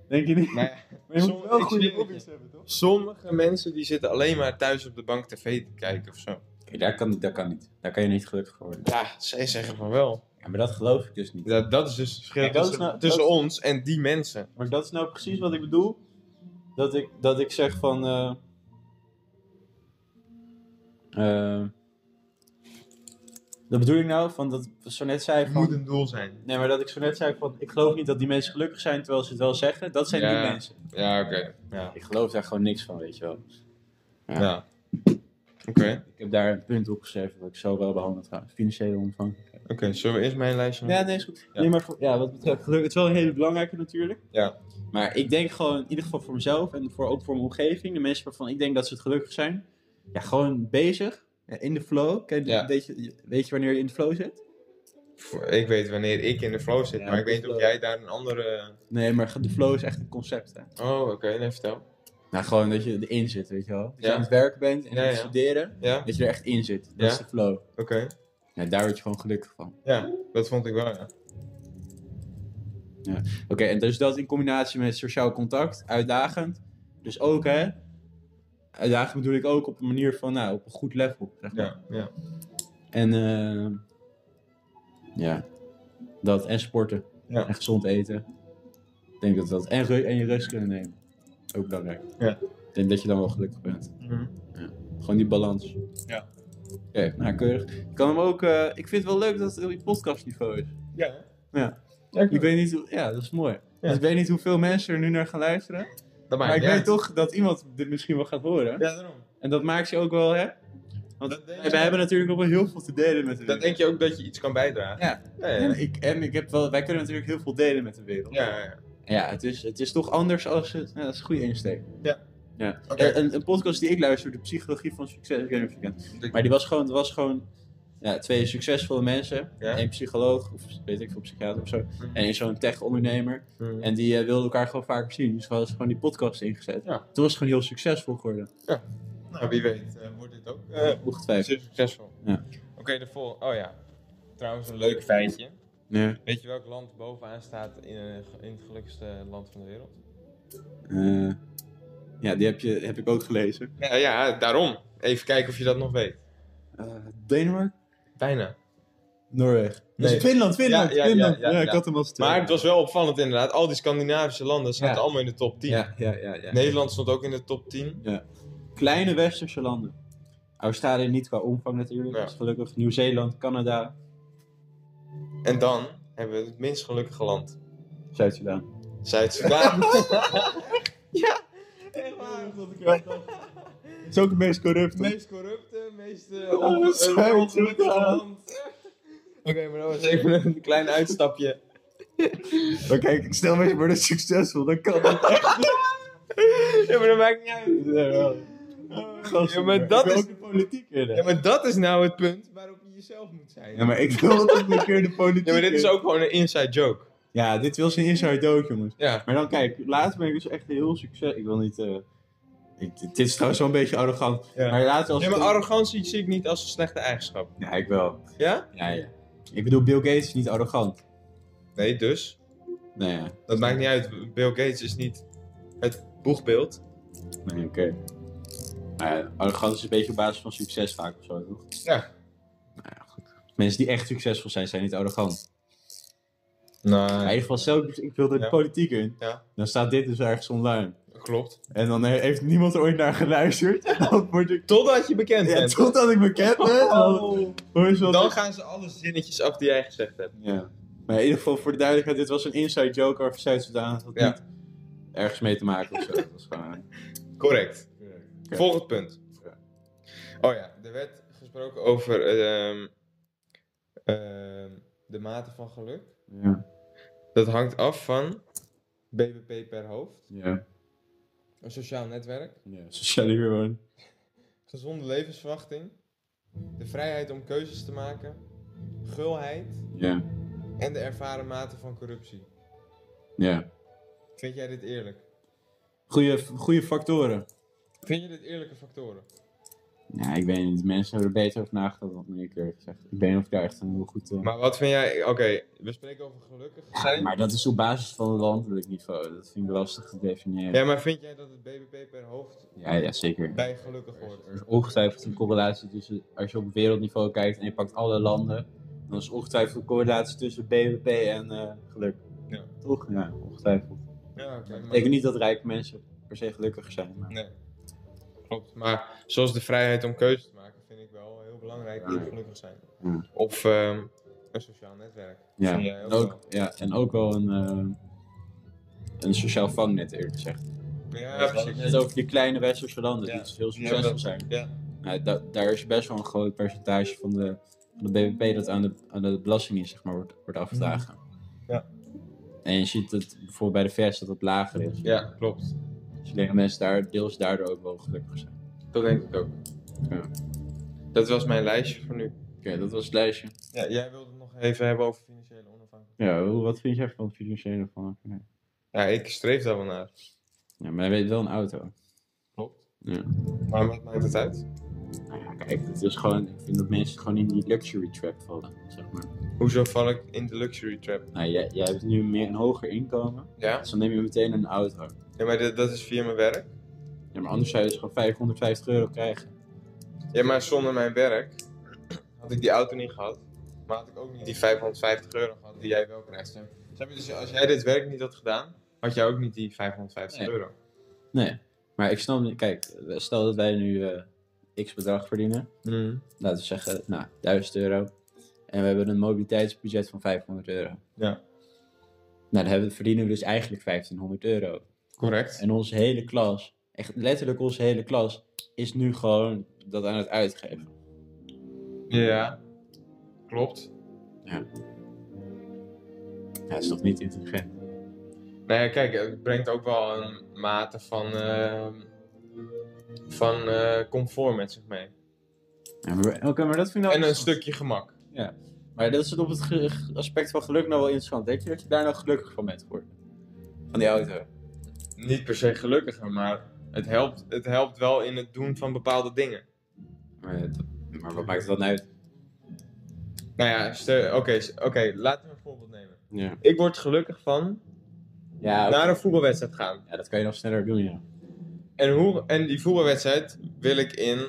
Denk je niet?
maar ja,
Maar je moet
Sommige-
wel
ik
goede
zweer het
hobby's hebben, toch?
sommige mensen die zitten alleen maar thuis op de bank tv te kijken of zo.
Kijk, daar kan, dat kan niet. Daar kan je niet gelukkig voor worden.
Ja, zij zeggen van wel.
Ja, maar dat geloof ik dus niet.
Dat, dat is dus het verschil
Kijk, dat is
tussen,
nou-
tussen
dat is-
ons en die mensen.
Maar dat is nou precies wat ik bedoel. Dat ik, dat ik zeg van. eh, eh, dat bedoel ik nou, van dat ik zo net zei
Het
van.
moet een doel zijn.
Nee, maar dat ik zo net zei van. Ik geloof niet dat die mensen gelukkig zijn terwijl ze het wel zeggen. Dat zijn
Ja.
die mensen.
Ja, oké. Ja.
Ik geloof daar gewoon niks van, weet je wel.
ja.
Ja.
Oké,
Ik heb daar een punt op geschreven dat ik zo wel behandeld ga. Financiële omvang.
oké. Zullen we eerst mijn lijstje
Ja, nee, is goed.
Hm. Ja.
Nee, maar voor- ja, wat betreft geluk, het is wel een hele belangrijke natuurlijk.
Ja.
Maar ik denk gewoon, in ieder geval voor mezelf en voor, ook voor mijn omgeving, de mensen waarvan ik denk dat ze het gelukkig zijn, ja, gewoon bezig, ja, in de flow. Ken je-
Ja.
weet, je, weet je wanneer je in de flow zit?
Voor- Ik weet wanneer ik in de flow zit,
Ja,
maar ik
de
weet niet of
flow.
jij daar een andere...
Nee, maar de flow is echt een concept, hè.
Oh, oké. Nee, vertel.
Nou, gewoon dat je erin zit, weet je wel. Dat
Ja.
je aan het werken bent en
Ja,
aan het
ja.
studeren,
Ja?
dat je er echt in zit. Dat
Ja.
is de flow.
Oké.
Ja, daar word je gewoon gelukkig van.
Ja, dat vond ik wel, ja.
Oké, en dus dat in combinatie met sociaal contact, uitdagend. Dus ook, hè? Uitdagend bedoel ik ook op een manier van, nou, op een goed level. Zeg maar.
Ja, ja.
En, ehm, ja, dat en sporten.
Ja.
En gezond eten. Ik denk dat dat. En, ru- en je rust kunnen nemen. Ook belangrijk.
Ja. Mhm.
Ik denk dat je dan wel gelukkig bent. Gewoon die balans.
Ja.
Oké, nou, keurig. Je kan hem ook, eh, ik vind het wel leuk dat het op podcastniveau is.
Ja.
Ja.
ja
Ik weet niet hoe, ja, dat is mooi.
Ja.
Want ik weet niet hoeveel mensen er nu naar gaan luisteren.
dat
Maar,
maakt
ik
niet
weet
uit.
toch dat iemand dit misschien wel gaat horen.
Ja, daarom.
En dat maakt je ook wel, hè? Want
Dat denk
wij
ik.
hebben natuurlijk ook wel heel veel te delen met
Dan
de wereld.
denk je ook dat je iets kan bijdragen.
Ja.
Ja,
En,
ja.
ik, en ik heb wel, wij kunnen natuurlijk heel veel delen met de wereld.
ja, ja.
ja het, is, het is toch anders als het. Nou, dat is een goede insteek.
Ja.
ja.
Oké.
Eh, Een, een podcast die ik luisterde, De Psychologie van Succes, ik weet niet of je het kent.
Ik-
Maar die was gewoon, het was gewoon ja, twee succesvolle mensen.
Ja.
Een psycholoog, of weet ik veel, psychiater of zo. En één zo'n tech-ondernemer.
Mhm.
En die eh, wilde wilden elkaar gewoon vaker zien. Dus we hadden gewoon die podcast ingezet.
Ja.
Toen was het gewoon heel succesvol geworden.
Nou, wie weet eh, wordt dit ook eh,
Ongetwijfeld.
zeer succesvol.
Ja.
Oké, de vol. Oh ja. Trouwens, een leuk feitje.
Nee.
Weet je welk land bovenaan staat in, eh, in het gelukkigste land van de wereld?
Eh, ja, die heb, je, heb ik ook gelezen.
Ja, ja, daarom. Even kijken of je dat nog weet.
Eh, Denemarken?
Bijna.
Noorwegen.
Nee.
Dus Finland, Finland,
Ja, ja,
Finland.
ja,
Ja,
ja,
ik
ja.
had hem als tweede.
Maar het was wel opvallend inderdaad. Al die Scandinavische landen zaten
Ja.
allemaal in de top 10.
Ja, ja, ja. ja.
Nederland stond ook in de top 10.
Kleine westerse landen. Australië niet qua omvang natuurlijk,
Ja.
dat is gelukkig. Nieuw-Zeeland, Canada,
En dan hebben we het minst gelukkige land.
Zuid-Soedan.
Zuid-Soedan.
Het is ook het meest corrupt.
Het meest corrupte, meest eh,
Oh,
on-
dat is
eh,
fijn,
ongelukkige
ja.
land. Oké, maar dat was even een klein uitstapje.
Maar kijk, ik stel me eens voor dat succesvol, dan kan dat echt.
ja, maar dat maakt niet uit. Ja, maar dat is-
de politiek in.
Ja, maar dat is nou het punt waarop je jezelf moet zijn.
Ja, maar ik wil ook een keer de politiek
Ja, maar dit is
in.
ook gewoon een inside joke.
Ja, dit was een inside joke, jongens.
Ja.
Maar dan kijk, laatst ben ik dus echt heel succes. Ik wil niet. eh, ik- dit is trouwens wel een beetje arrogant.
Ja.
Maar laatst als.
Ja, maar
ik-
arrogantie zie ik niet als een slechte eigenschap.
Ja, ik wel.
Ja?
Ja, ja. Ik bedoel, Bill Gates is niet arrogant.
Nee, dus.
Nou ja,
Dat maakt niet uit. Bill Gates is niet het boegbeeld.
nee, oké. Maar ja, arrogant is een beetje op basis van succes vaak of zo, toch?
Ja.
Nou ja, goed. Mensen die echt succesvol zijn, zijn niet arrogant. Maar in
Nee.
ieder geval, stel ik, ik wil de
Ja.
politiek in,
Ja.
dan staat dit dus ergens online.
Klopt.
En dan he- heeft niemand er ooit naar geluisterd. Dan word ik.
Totdat je bekend
Ja,
bent.
totdat ik bekend ben. Oh. Dan, hoor je zo-
Dan gaan ze alle zinnetjes af die jij gezegd hebt.
Ja. Maar in ieder geval, voor de duidelijkheid, dit was een inside joke over Zuid-Soedan. Dat
Ja.
niet ergens mee te maken of zo. Dat was gewoon...
Correct.
Oké.
Volgend punt.
Ja.
Oh ja, er werd gesproken over ehm, ehm, de mate van geluk.
Ja.
Dat hangt af van BBP per hoofd,
Ja.
een sociaal netwerk,
ja. Sociale huur gewoon.
gezonde levensverwachting, de vrijheid om keuzes te maken, gulheid
Ja.
en de ervaren mate van corruptie.
Ja.
Vind jij dit eerlijk?
Goeie, goeie factoren.
Vind je dit eerlijke factoren?
Ja, Nou, ik weet niet. Mensen hebben er beter over nagedacht dan ik eerlijk gezegd. Ik ben of daar echt een heel goed... eh,
Maar wat vind jij... Oké, we spreken over gelukkig zijn.
Maar dat is op basis van een landelijk niveau. Dat vind ik lastig te definiëren.
Ja, maar vind jij dat het BBP per hoofd
Ja, ja, zeker.
bij gelukkig
Er is,
hoort?
er is ongetwijfeld een correlatie tussen, als je op wereldniveau kijkt en je pakt alle landen, dan is ongetwijfeld een correlatie tussen BBP en eh, geluk.
Ja.
Toch? Ja, ongetwijfeld.
Ja, oké.
Ik
maar-
denk niet dat rijke mensen per se gelukkiger zijn. Maar...
Nee. Klopt. Maar zoals de vrijheid om keuzes te maken vind ik wel heel belangrijk dat
Ja.
we gelukkig zijn.
Ja.
Of ehm, een sociaal netwerk.
Ja.
Vind jij
En
ook
ook,
wel?
ja, en ook wel een, eh, een sociaal vangnet eerlijk gezegd.
Ja,
Ja,
precies.
Net over die kleine westerse landen
Ja.
die dus heel
Ja,
succesvol
dat-
zijn.
Ja.
Nou, da- daar is best wel een groot percentage van de, van de BBP dat aan de, aan de belastingen zeg maar, wordt, wordt afgedragen.
Mhm. Ja.
En je ziet dat bijvoorbeeld bij de VS dat dat lager is.
ja, klopt.
Dus ik denk dat mensen daar deels daardoor ook wel gelukkig zijn.
Dat denk ik ook.
Ja.
Dat was mijn lijstje voor nu.
Oké, dat was het lijstje.
Ja, jij wilde het nog even hebben over financiële onafhankelijkheid.
Ja, hoe- wat vind jij van het financiële van? Nee.
Ja, ik streef daar wel naar.
Ja, maar hij weet wel een auto.
Klopt.
Ja.
Maar wat maakt het uit?
Nou ja, kijk, het is gewoon, ik vind dat mensen gewoon in die luxury trap vallen, zeg maar.
Hoezo val ik in de luxury trap?
Nou, jij, jij hebt nu meer, een hoger inkomen,
Ja?
dus dan neem je meteen een auto.
Ja, maar dat, dat is via mijn werk.
Ja, maar anders zou je dus gewoon 550 euro krijgen.
Ja, maar zonder mijn werk had ik die auto niet gehad. Maar had ik ook niet die 550 euro gehad die jij wel krijgt. Sam. Snap je? Dus als jij dit werk niet had gedaan, had jij ook niet die 550
Nee.
euro.
Nee, maar ik snap niet. Kijk, stel dat wij nu eh, x bedrag verdienen. Laten we zeggen, nou, 1000 euro. En we hebben een mobiliteitsbudget van 500 euro.
Ja.
Nou, dan hebben, verdienen we dus eigenlijk 1500 euro.
Correct.
En onze hele klas, echt letterlijk onze hele klas, is nu gewoon dat aan het uitgeven.
Ja, klopt.
Ja, dat is toch niet intelligent?
Nou ja, kijk, het brengt ook wel een mate van, eh, van eh, comfort met zich mee.
Ja, maar, Oké, maar dat vind ik nou
En een
interessant.
stukje gemak.
Maar dat is het op het ge- ge- aspect van geluk nou wel interessant. Denk je dat je daar nou gelukkig van bent geworden? Van die auto?
Niet per se gelukkiger, maar het helpt, het helpt wel in het doen van bepaalde dingen.
Maar, maar wat maakt het dan uit?
Nou ja, stel- oké, s- oké, laten we een voorbeeld nemen.
Ja.
Ik word gelukkig van
Ja,
naar een voetbalwedstrijd gaan.
Ja, dat kan je nog sneller doen, ja.
En, hoe, en die voetbalwedstrijd wil ik in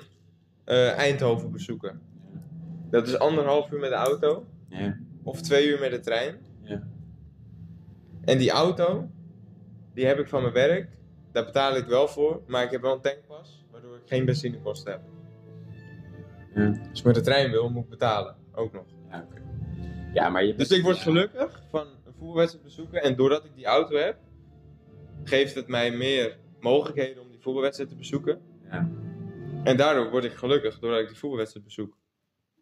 eh, Eindhoven bezoeken. Dat is anderhalf uur met de auto
Ja.
of twee uur met de trein.
Ja.
En die auto, die heb ik van mijn werk. Daar betaal ik wel voor, maar ik heb wel een tankpas, waardoor ik geen benzinekosten heb.
Ja.
Als ik met de trein wil, moet ik betalen, ook nog.
Ja, oké. ja maar je...
Dus ik word gelukkig van een voetbalwedstrijd bezoeken. En doordat ik die auto heb, geeft het mij meer mogelijkheden om die voetbalwedstrijd te bezoeken.
Ja.
En daardoor word ik gelukkig doordat ik die voetbalwedstrijd bezoek.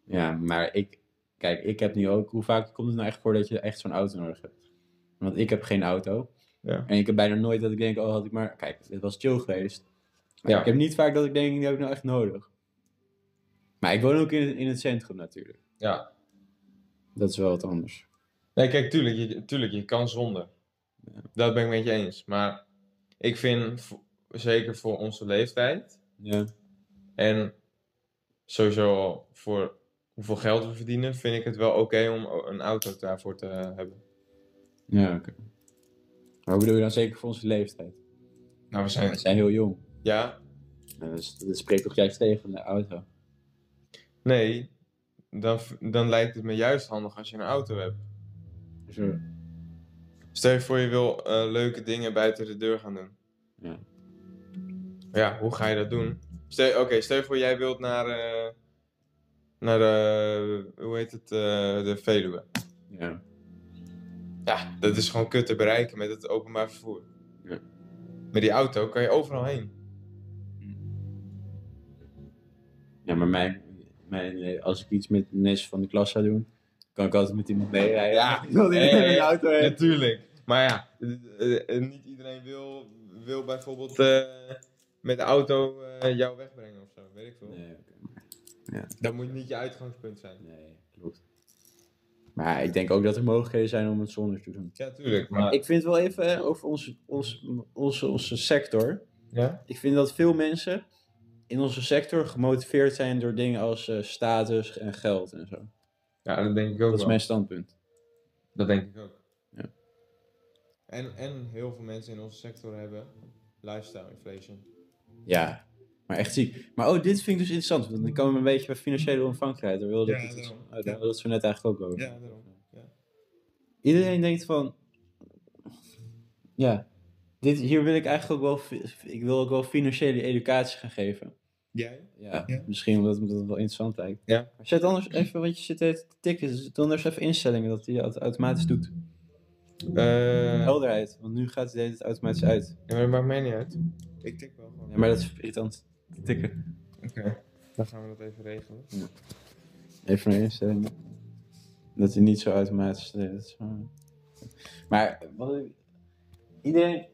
ja, maar ik... Kijk, ik heb nu ook... Hoe vaak komt het nou echt voor dat je echt zo'n auto nodig hebt? Want ik heb geen auto.
Ja.
En ik heb bijna nooit dat ik denk, oh, had ik maar... Kijk, het was chill geweest. Maar
Ja.
ik heb niet vaak dat ik denk, die heb ik nou echt nodig. Maar ik woon ook in, in het centrum natuurlijk.
Ja.
Dat is wel wat anders.
Nee, kijk, tuurlijk, je, tuurlijk, je kan zonder. Dat ben ik met je eens. Maar ik vind, vo- zeker voor onze leeftijd
Ja.
en sowieso al voor hoeveel geld we verdienen, vind ik het wel oké om o- een auto daarvoor te eh, hebben.
Ja, oké. Maar hoe bedoel je dan zeker voor onze leeftijd?
Nou, we
We zijn heel jong.
Ja,
En dat, is- dat spreekt toch juist tegen de auto?
Nee, dan, v- dan lijkt het me juist handig als je een auto hebt.
Zo.
Stel je voor je wil eh, leuke dingen buiten de deur gaan doen.
Ja.
Ja, hoe ga je dat doen? Stel- Oké, stel je voor jij wilt naar, eh, naar de, hoe heet het, eh, de Veluwe.
Ja.
Ja, dat is gewoon kut te bereiken met het openbaar vervoer.
Ja.
Met die auto kan je overal heen.
Ja, maar mijn, mijn, eh, als ik iets met de nest van de klas zou doen, kan ik altijd met iemand meerijden.
Ja,
ik wil niet
hey,
met
hey,
een auto heen.
Natuurlijk. Maar ja, eh, eh, eh, niet iedereen wil, wil bijvoorbeeld eh, met de auto eh, jou wegbrengen of zo. Weet ik veel.
Nee, oké.
Dat moet niet je uitgangspunt zijn.
nee, klopt. Maar ik denk ook dat er mogelijkheden zijn om het zonder te doen.
Ja, tuurlijk. Maar,
Ik vind wel even eh, over onze, onze, onze, onze sector.
ja?
Ik vind dat veel mensen in onze sector gemotiveerd zijn door dingen als eh, status en geld en zo.
ja, dat denk ik ook
Dat is
wel.
mijn standpunt.
Dat denk ik ook.
Ja.
En, en heel veel mensen in onze sector hebben lifestyle inflation.
Ja, maar echt ziek. Maar oh, dit vind ik dus interessant, want dan komen we een beetje bij financiële omvangrijkheid. Daar wilde
Ja,
ik het dus-
daarom.
oh, daar wilden we het zo net eigenlijk ook over.
Ja, daarom. Ja.
Iedereen denkt van, ja, dit, hier wil ik eigenlijk ook wel, fi- ik wil ook wel financiële educatie gaan geven.
Jij?
Ja,
Ja.
misschien omdat het wel interessant lijkt.
Ja.
Maar zet anders even, want je zit de hele tijd te tikken, zet anders even instellingen dat hij dat automatisch doet.
Eh,
Helderheid, want nu gaat hij het automatisch uit.
ja, maar dat maakt mij niet uit. Ik tik wel gewoon.
Ja, maar dat is irritant, te tikken.
Oké, dan gaan we dat even regelen.
Even naar instellingen. Dat hij niet zo automatisch deed. dat is waar. Maar wat ik- iedereen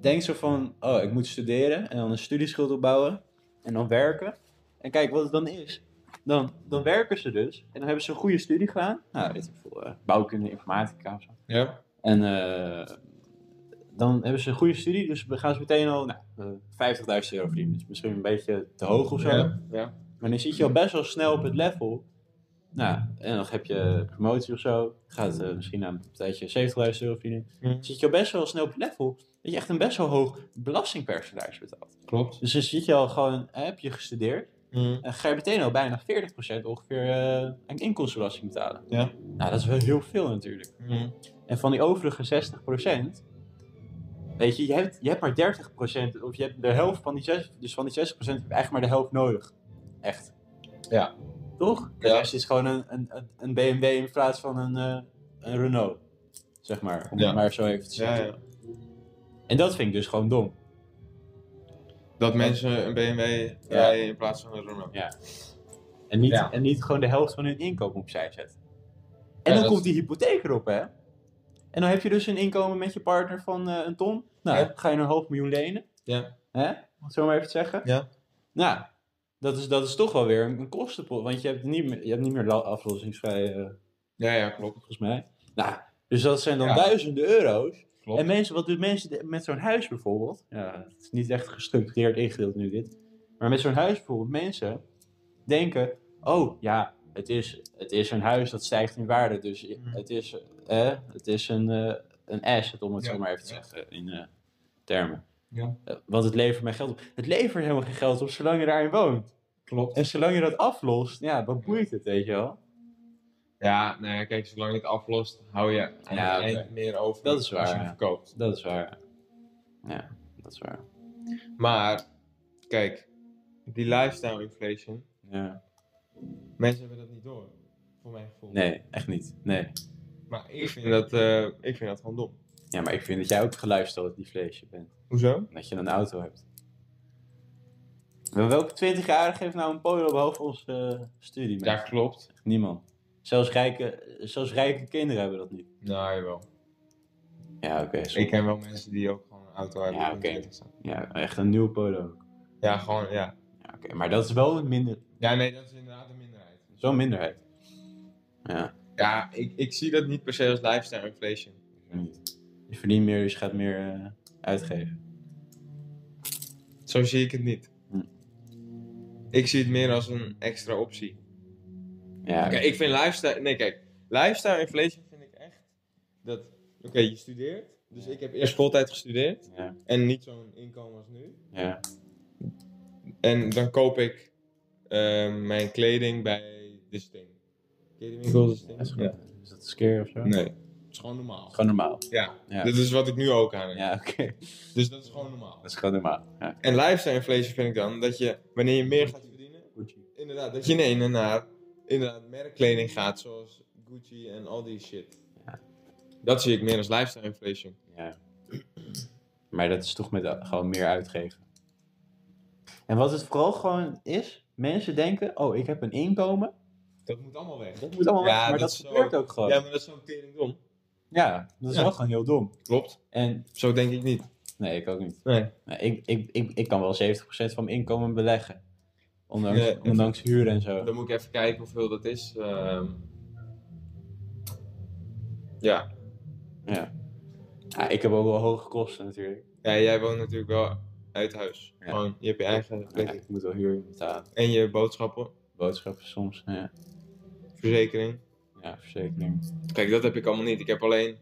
denkt zo van: oh, ik moet studeren en dan een studieschuld opbouwen en dan werken. En kijk wat het dan is. Dan, dan werken ze dus en dan hebben ze een goede studie gedaan. Nou, weet ik veel, eh, bouwkunde, informatica of zo.
Ja?
En eh, dan hebben ze een goede studie, dus we gaan ze meteen al nou, eh, 50.000 euro verdienen. Dus misschien een beetje te hoog of zo.
Ja. ja.
Maar dan zit je al best wel snel op het level. Nou, en dan heb je promotie of zo. Gaat eh, misschien na een tijdje 70.000 euro verdienen. Dan zit je al best wel snel op het level. Dat je echt een best wel hoog belastingpercentage betaalt.
Klopt.
Dus dan zit je al gewoon, eh, heb je gestudeerd. En ga je meteen al bijna 40% ongeveer eh, aan inkomstenbelasting betalen.
Ja.
Nou, dat is wel heel veel natuurlijk.
Hm.
En van die overige 60%, weet je, je hebt, je hebt maar 30%, of je hebt de helft van die 60%, dus van die 60% heb je eigenlijk maar de helft nodig. Echt.
Ja.
Toch? De
Ja.
rest is gewoon een, een, een- een BMW in plaats van een, eh, een Renault. Zeg maar, om
Ja.
het maar zo even te
Ja,
zeggen.
ja.
En dat vind ik dus gewoon dom.
Dat mensen een BMW rijden in plaats van een Renault.
En niet,
Ja.
en niet gewoon de helft van hun inkomen opzij zetten. En
Ja,
dan
dat-
komt die hypotheek erop, hè? En dan heb je dus een inkomen met je partner van eh, een ton. Nou,
Ja.
ga je een half miljoen lenen.
Ja.
Hè? Om het zo maar even te zeggen.
Ja.
Nou, dat is, dat is toch wel weer een, een kostenpost. Want je hebt niet meer, je hebt niet meer la- aflossingsvrij, eh,
Ja, ja, klopt.
volgens mij. Nou, dus dat zijn dan
Ja.
duizenden euro's.
Klopt.
En mensen, wat doen mensen de- met zo'n huis bijvoorbeeld? Ja, het is niet echt gestructureerd ingedeeld nu dit. Maar met zo'n huis bijvoorbeeld, mensen denken... Oh, ja, het is, het is een huis dat stijgt in waarde. Dus
Mhm.
het is, eh, het is een, eh, een asset, om het
Ja,
zo maar even te
ja.
zeggen in eh, termen.
Ja.
Eh, want het levert mij geld op. Het levert helemaal geen geld op zolang je daarin woont.
Klopt.
En zolang je dat aflost, ja, wat boeit het, weet je wel?
Ja, nou ja, kijk, zolang je het aflost, hou je aan
Ja,
het
oké.
eind meer over
Dat is waar,
als je
ja.
het verkoopt.
Dat is waar. Ja, dat is waar.
Maar, kijk, die lifestyle inflation,
Ja.
mensen hebben dat niet door, voor mijn gevoel.
Nee, echt niet. Nee.
Maar ik vind dat, eh, ik vind dat gewoon dom.
Ja, maar ik vind dat jij ook geluisterd die vleesje bent.
Hoezo?
En Dat je een auto hebt. Maar welke 20-jarige heeft nou een polo boven onze eh, studie?
Ja,
mensen?
klopt.
Echt Niemand. Zelfs rijke, zelfs rijke kinderen hebben dat niet.
Nou, jawel.
Ja, oké. som-
Ik ken wel mensen die ook gewoon een auto hebben.
Ja,
die
oké.
20 zijn.
Ja, echt een nieuw polo.
Ja, gewoon, ja.
Ja, oké. Maar dat is wel een minder,
Ja, nee, dat is inderdaad een minderheid.
zo'n minderheid. Ja,
Ja, ik, ik zie dat niet per se als lifestyle inflation.
ik weet niet. Je verdient meer, dus je gaat meer eh, uitgeven.
Zo zie ik het niet.
Hm.
Ik zie het meer als een extra optie.
Ja,
Kijk, ik vind lifestyle... Nee, kijk. Lifestyle inflation vind ik echt dat... Oké, je studeert. Dus ik heb eerst schooltijd gestudeerd.
ja,
En niet zo'n inkomen als nu.
ja.
En dan koop ik ehm, mijn kleding bij de Sting. Ken je die winkel, de
Dat is
Sting?
goed. Is dat een skeer of zo?
Nee. Het is gewoon normaal.
Gewoon normaal.
Ja. Dus-
Ja,
Dit is wat ik nu ook aan heb.
ja oké.
Dus dat is gewoon normaal.
Dat is gewoon normaal. Ja.
En lifestyle inflation vind ik dan dat je, wanneer je meer gaat verdienen, inderdaad, dat je in ene naar inderdaad merkkleding gaat, zoals Gucci en al die shit.
Ja.
Dat zie ik meer als lifestyle inflation.
Ja. Maar dat is toch met eh, gewoon meer uitgeven. En wat het vooral gewoon is, mensen denken, oh, ik heb een inkomen.
Dat moet allemaal weg.
Dat moet allemaal
Ja,
weg, maar
dat
dat,
is zo.
gebeurt ook gewoon.
Ja,
Ja,
maar dat is zo'n tering dom.
dat is
Ja.
wel gewoon heel dom.
Klopt.
En
Zo denk ik niet.
nee, ik ook niet.
Nee.
Nou, ik, ik, ik, ik kan wel 70% van mijn inkomen beleggen. Ondanks,
Ja,
ondanks huur en zo.
Dan moet ik even kijken hoeveel dat is. ehm. Ja.
Ja, ik heb ook wel hoge kosten natuurlijk.
ja, jij woont natuurlijk wel uit huis.
Ja.
Gewoon, je hebt je eigen plek.
Ja, ik moet wel huur betalen.
En je boodschappen,
Boodschappen soms. Ja,
verzekering.
ja verzekering.
Kijk, dat heb ik allemaal niet. Ik heb alleen,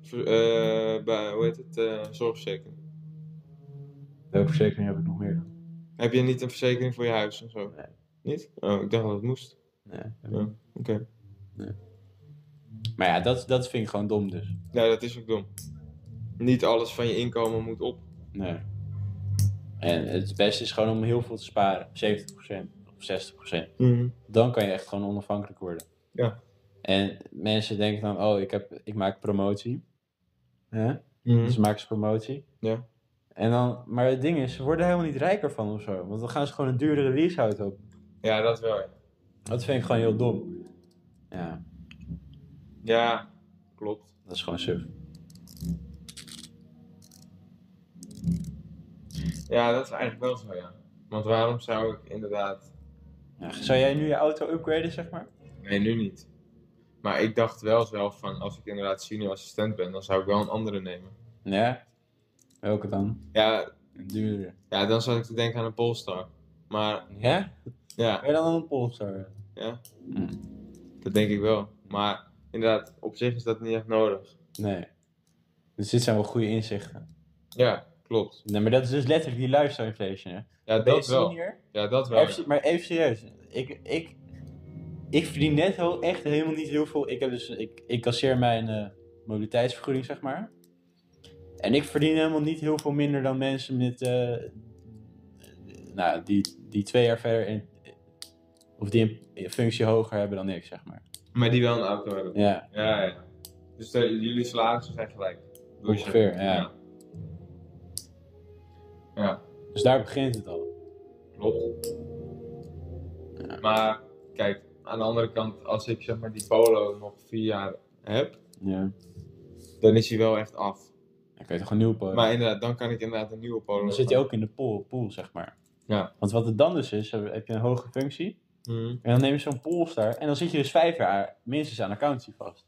ver- eh, bij, hoe heet het, eh, zorgverzekering.
Welke verzekering heb ik nog meer dan?
Heb je niet een verzekering voor je huis en zo?
Nee.
Niet? Oh, ik dacht dat het moest.
Nee.
Ja, Oké.
Maar ja, dat, dat vind ik gewoon dom dus.
Ja, dat is ook dom. Niet alles van je inkomen moet op.
Nee. En het beste is gewoon om heel veel te sparen. 70% of 60%. Dan kan je echt gewoon onafhankelijk worden.
Ja.
En mensen denken dan, oh, ik, heb, ik maak promotie. Hè?
Mhm.
Dus maken ze promotie.
Ja.
En dan, maar het ding is, ze worden helemaal niet rijker van of zo. Want dan gaan ze gewoon een duurdere leaseauto op.
Ja, dat wel. Ja,
Dat vind ik gewoon heel dom. Ja,
ja klopt.
dat is gewoon suf.
Ja, dat is eigenlijk wel zo, ja. Want waarom zou ik inderdaad...
Ja, zou jij nu je auto upgraden, zeg maar?
Nee, nu niet. Maar ik dacht wel zelf van, als ik inderdaad senior assistent ben, dan zou ik wel een andere nemen.
Ja. Welke dan?
Ja,
Een duurdere.
ja dan zat ik te denken aan een Polestar. Maar
Ja?
ja,
Kan je dan een Polestar?
ja,
Hm,
dat denk ik wel. Maar inderdaad, op zich is dat niet echt nodig.
Nee. Dus dit zijn wel goede inzichten.
Ja, klopt.
Nee, maar dat is dus letterlijk die lifestyle inflation, hè?
Ja,
Ben je
dat wel.
senior?
Ja, dat wel.
Even- maar even serieus. Ik, ik, ik verdien net heel, echt helemaal niet heel veel. Ik, heb dus, ik, ik kasseer mijn eh, mobiliteitsvergoeding, zeg maar. En ik verdien helemaal niet heel veel minder dan mensen met, eh, eh, nou, die, die twee jaar verder in, of die een functie hoger hebben dan ik, zeg maar.
Maar die wel een auto hebben.
Ja,
Ja, ja. Dus de- jullie salarissen zijn gelijk.
Ongeveer, ja.
ja. Ja.
dus daar begint het al.
Klopt. Maar kijk, aan de andere kant, als ik zeg maar die polo nog vier jaar heb,
Ja.
dan is hij wel echt af.
Dan kan je toch een nieuw polen.
Maar inderdaad, dan kan ik inderdaad een nieuwe polo.
Dan zit je ook in de pool, pool, zeg maar.
Ja.
Want wat het dan dus is, heb je een hoge functie.
Mhm.
En dan neem je zo'n Polestar en dan zit je dus vijf jaar minstens aan accountie vast.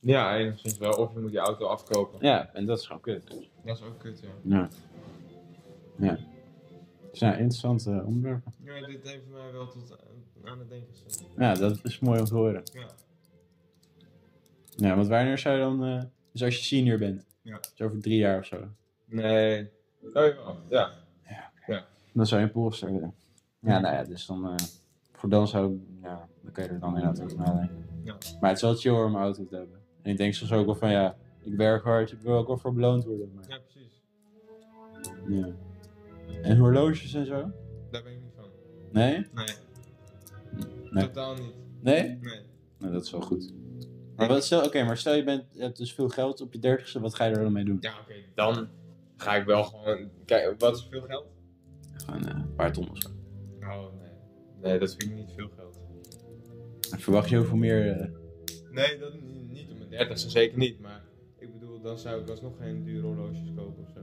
Ja, enigszins wel. Of je moet je auto afkopen.
Ja, en dat is gewoon kut.
Dat is ook kut, ja.
Ja. Ja. Dus nou, interessante onderwerpen.
Ja, dit heeft mij wel tot eh, aan het denken gezet.
Ja, dat is mooi om te horen.
Ja.
Ja, want wanneer zou je dan... eh, dus als je senior bent.
Ja.
Dus over drie jaar of zo.
Nee. Oh ja. ja.
Dan zou je een Polestar willen. Ja, nou ja, dus dan... eh, voor dan zou ik... Ja, dan kun je er dan inderdaad over nadenken.
Ja.
Maar het is wel chill om een auto te hebben. En ik denk soms ook wel van, ja... Ik werk hard, ik wil ook wel voor beloond worden. Maar,
Ja, precies.
ja. En horloges en zo?
Daar ben ik niet van.
Nee?
Nee.
Nee.
Totaal niet.
Nee?
Nee.
Nou, dat is wel goed. Maar wat stel, oké, maar stel je, bent, je hebt dus veel geld op je dertigste, wat ga je er dan mee doen?
Ja, oké. Dan ga ik wel gewoon... Kijk, wat is veel geld?
Gewoon eh, een paar ton of zo.
Oh, nee. Nee, dat vind ik niet veel geld.
Dan verwacht je heel veel meer. eh,
Nee, dat niet, niet om mijn dertigste, zeker niet. Maar ik bedoel, dan zou ik alsnog geen dure horloges kopen of zo.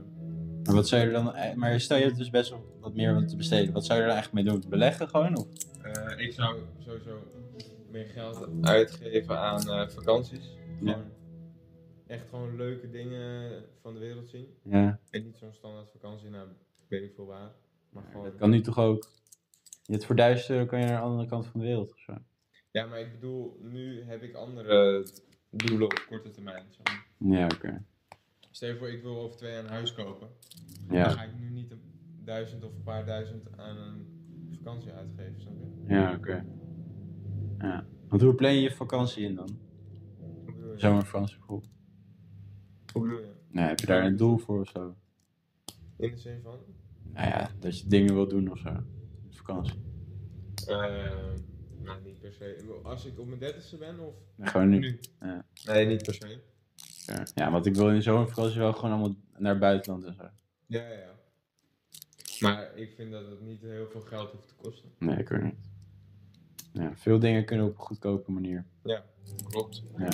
maar wat zou je er dan. eh, Maar stel je hebt dus best wel wat meer wat te besteden. Wat zou je er dan eigenlijk mee doen? Beleggen gewoon? Of?
Eh, ik zou sowieso meer geld uitgeven aan eh, vakanties.
Ja.
Gewoon echt gewoon leuke dingen van de wereld zien.
Ja.
En niet zo'n standaard vakantie naar weet ik veel waar. Maar gewoon...
Dat kan nu toch ook. Je hebt voor duizend euro kan je naar de andere kant van de wereld of zo.
Ja, maar ik bedoel, nu heb ik andere doelen op korte termijn. zeg maar.
Ja, oké.
Stel je voor, ik wil over twee jaar een huis kopen. Dan
Ja,
ga ik nu niet een duizend of een paar duizend aan een vakantie uitgeven. Snap je?
ja oké. Ja. Want hoe plan je je vakantie in dan?
Hoe bedoel je?
Zomervakantie bijvoorbeeld.
Hoe bedoel je?
Nee, heb je daar een doel voor of zo?
In de zin van?
Nou ja, dat je dingen wil doen of zo. Op Vakantie.
Eh, nou, niet per se. Als ik op mijn dertigste ben of
Gewoon nu.
nu?
Ja.
Nee, niet per se.
Sure. Ja, want ik wil in zo'n vakantie wel gewoon allemaal naar het buitenland en zo.
Ja, ja, ja. Maar ik vind dat het niet heel veel geld hoeft te kosten.
Nee, ik weet niet. Ja, veel dingen kunnen op een goedkope manier.
Klopt.
Ja.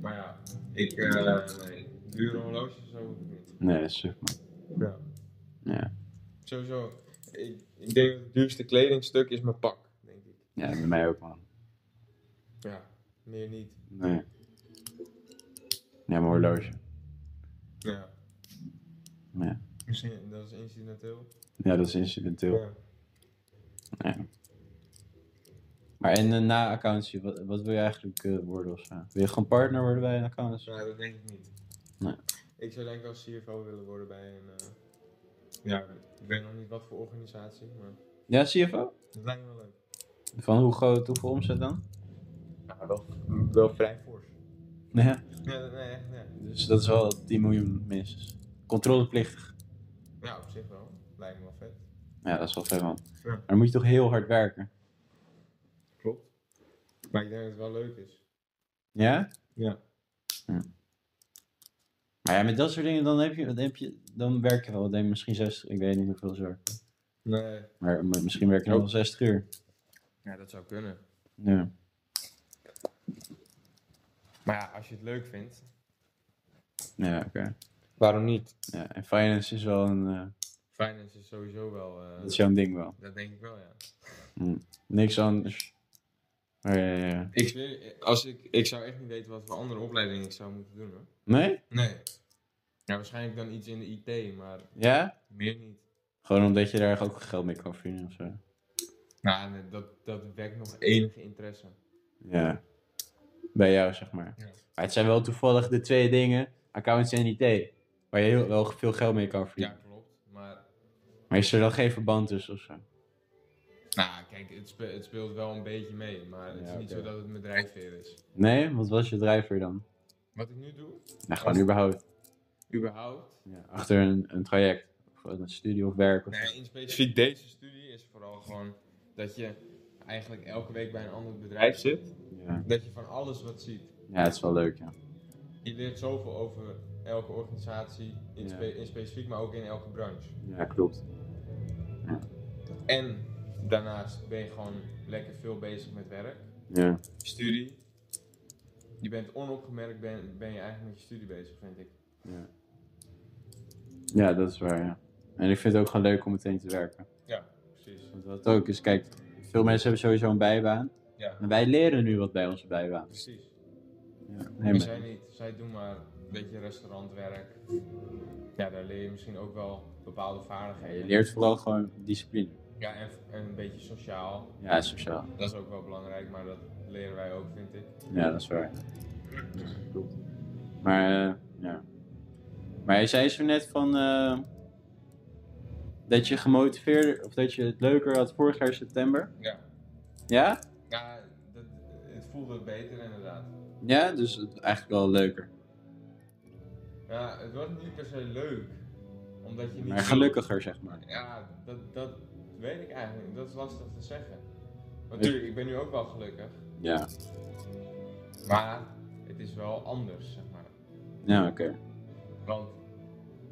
Maar ja, ik, eh nee, dure horloges zo hoef ik niet.
Nee, dat is suf, man.
Ja.
Ja.
Sowieso, ik, ik denk dat het duurste kledingstuk is mijn pak, denk ik.
ja, bij mij ook, man.
Ja, meer niet.
Nee. Ja, mijn horloge.
Ja.
Ja.
Misschien, dat is incidenteel.
Ja, dat is incidenteel.
Ja.
Maar en eh, na accountancy, wat, wat wil je eigenlijk eh, worden of zo? Wil je gewoon partner worden bij een accountancy?
Nee, Nou, dat denk ik niet.
Nee.
Ik zou denk ik wel CFO willen worden bij een... eh, ja, ik weet nog niet wat voor organisatie, maar
Ja, CFO?
dat lijkt me wel leuk.
Van hoe groot, hoeveel omzet dan?
Ja, wel, wel vrij fors.
Ja.
Ja, dat- nee, echt, nee.
Dus dat is wel 10 miljoen minstens. Controleplichtig.
Ja, op zich wel. Lijkt me wel vet.
Ja, dat is wel vet man.
Ja.
Maar dan moet je toch heel hard werken.
Klopt. Maar ik denk dat het wel leuk is.
Ja?
Ja.
Hm. Maar ja, met dat soort dingen dan heb je, dan, heb je, dan werk je wel, denk ik, misschien 60, ik weet niet hoeveel ze werken.
Nee.
Maar maar misschien werk je
Oh.
nog wel 60 uur.
Ja, dat zou kunnen.
Ja.
Maar ja, als je het leuk vindt.
Ja, oké.
Waarom niet?
Ja, en finance is wel een, eh,
Finance is sowieso wel. eh,
dat is jouw ding wel.
dat denk ik wel, ja.
Niks anders. Maar ja, ja, ja.
Ik, zweer- als ik, ik zou echt niet weten wat voor andere opleiding ik zou moeten doen hoor.
Nee?
Nee. Ja, waarschijnlijk dan iets in de IT, maar
Ja?
meer niet.
Gewoon omdat je daar ook geld mee kan verdienen of zo.
Nou, nee, dat, dat wekt nog enige interesse.
Ja. Bij jou, zeg maar.
Ja.
Maar het zijn wel toevallig de twee dingen, accounts en IT, waar je heel, wel veel geld mee kan
Ja,
verdienen.
klopt. Maar
Maar is er dan geen verband tussen of zo?
nou, kijk, het, spe- het speelt wel een beetje mee. Maar het is
Ja,
niet
oké.
zo dat het mijn drijfveer is.
Nee? Wat was je drijver dan?
Wat ik nu doe,
Nou, gewoon überhaupt.
überhaupt.
Ja, achter een, een traject. Of een studie of werk. Of zo.
Nee, in specifiek deze studie is vooral gewoon dat je eigenlijk elke week bij een ander bedrijf zit.
Ja.
Dat je van alles wat ziet.
ja, het is wel leuk, ja.
Je leert zoveel over elke organisatie, in,
Ja.
spe- in specifiek, maar ook in elke branche.
Ja, klopt.
En daarnaast ben je gewoon lekker veel bezig met werk,
Ja.
studie. Je bent onopgemerkt, ben, ben je eigenlijk met je studie bezig, vind ik.
Ja. ja, dat is waar, ja. En ik vind het ook gewoon leuk om meteen te werken.
Ja, precies.
Want wat ook is, kijk, veel mensen hebben sowieso een bijbaan.
Ja,
En wij leren nu wat bij onze bijbaan.
precies. Maar
Ja, nee, maar-
zij niet. Zij doen maar een beetje restaurantwerk. Ja, daar leer je misschien ook wel bepaalde
ja, je
vaardigheden.
leert vooral gewoon discipline.
Ja, en, en een beetje sociaal.
Ja, sociaal.
Dat is ook wel belangrijk, maar dat leren wij ook, vind ik.
Ja, dat is waar. Klopt. Maar, eh, ja. Maar je zei zo net van... eh, dat je gemotiveerder, of dat je het leuker had vorig jaar september.
Ja.
Ja?
Ja, dat, het voelde beter inderdaad.
Ja, dus het- eigenlijk wel leuker.
Ja, het was niet per se leuk. Omdat je niet...
Maar gelukkiger, zeg maar.
Ja, dat, dat weet ik eigenlijk. niet. Dat is lastig te zeggen. Want Natuurlijk, ik ben nu ook wel gelukkig.
Ja.
Maar het is wel anders, zeg maar.
Ja, oké.
Want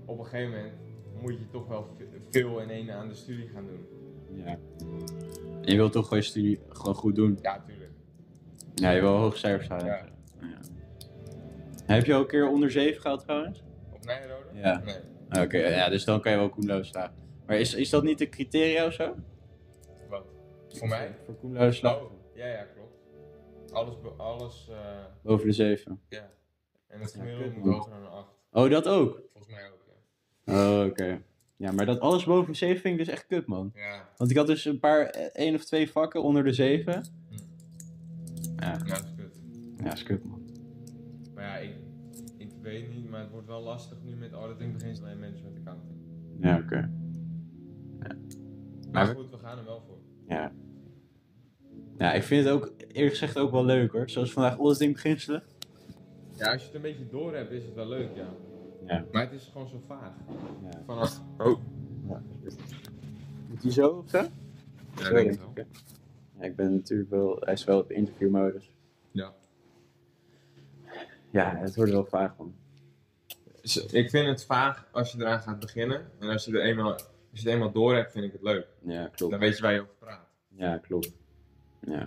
op een gegeven moment moet je toch wel ve- veel in één aan de studie gaan doen.
Ja. En je wilt toch gewoon je studie gewoon goed doen.
Ja, tuurlijk.
Ja, je wil hoog cijfers halen.
Ja.
Ja. Heb je al een keer onder 7 gehaald trouwens?
Op Nijrode?
Ja.
Nee.
Oké, ja, dus dan kan je wel Koenloos slagen. Maar is, is dat niet de criteria of zo?
Wat? Voor mij?
Voor Koenloos slagen?
Oh, ja, ja, klopt. Alles, be- alles, eh,
Boven de 7.
ja. En het
Ja,
gemiddelde
kut,
moet
man.
hoger dan een 8.
Oh, dat ook?
Volgens mij ook, ja.
Oh, oké. Ja, maar dat alles boven de 7 vind ik dus echt kut, man.
Ja,
Want ik had dus een paar, eh, één of twee vakken onder de 7.
Hm.
Ja,
ja, dat nou, is kut.
ja is kut, man.
Maar ja, ik, ik weet niet, maar het wordt wel lastig nu met auditing beginselen en management accounting.
Ja, oké.
Maar
Maar-
goed, we gaan er wel voor.
Ja. Ja, ik vind het ook, eerlijk gezegd, ook wel leuk, hoor. Zoals vandaag alles ding beginselen.
Ja, als je het een beetje door hebt, is het wel leuk, ja.
Ja.
Maar het is gewoon zo vaag.
Ja.
Vanaf... Oh,
Moet hij zo of zo?
ja,
Zo, ik. Ja, ik ben natuurlijk wel, hij is wel op interviewmodus.
Ja.
Ja, het wordt wel vaag van.
Dus ik vind het vaag als je eraan gaat beginnen. En als je, er eenmaal, als je het eenmaal door hebt, vind ik het leuk.
Ja,
Dan
klopt.
weet je waar je over praat.
Ja, klopt. Ja.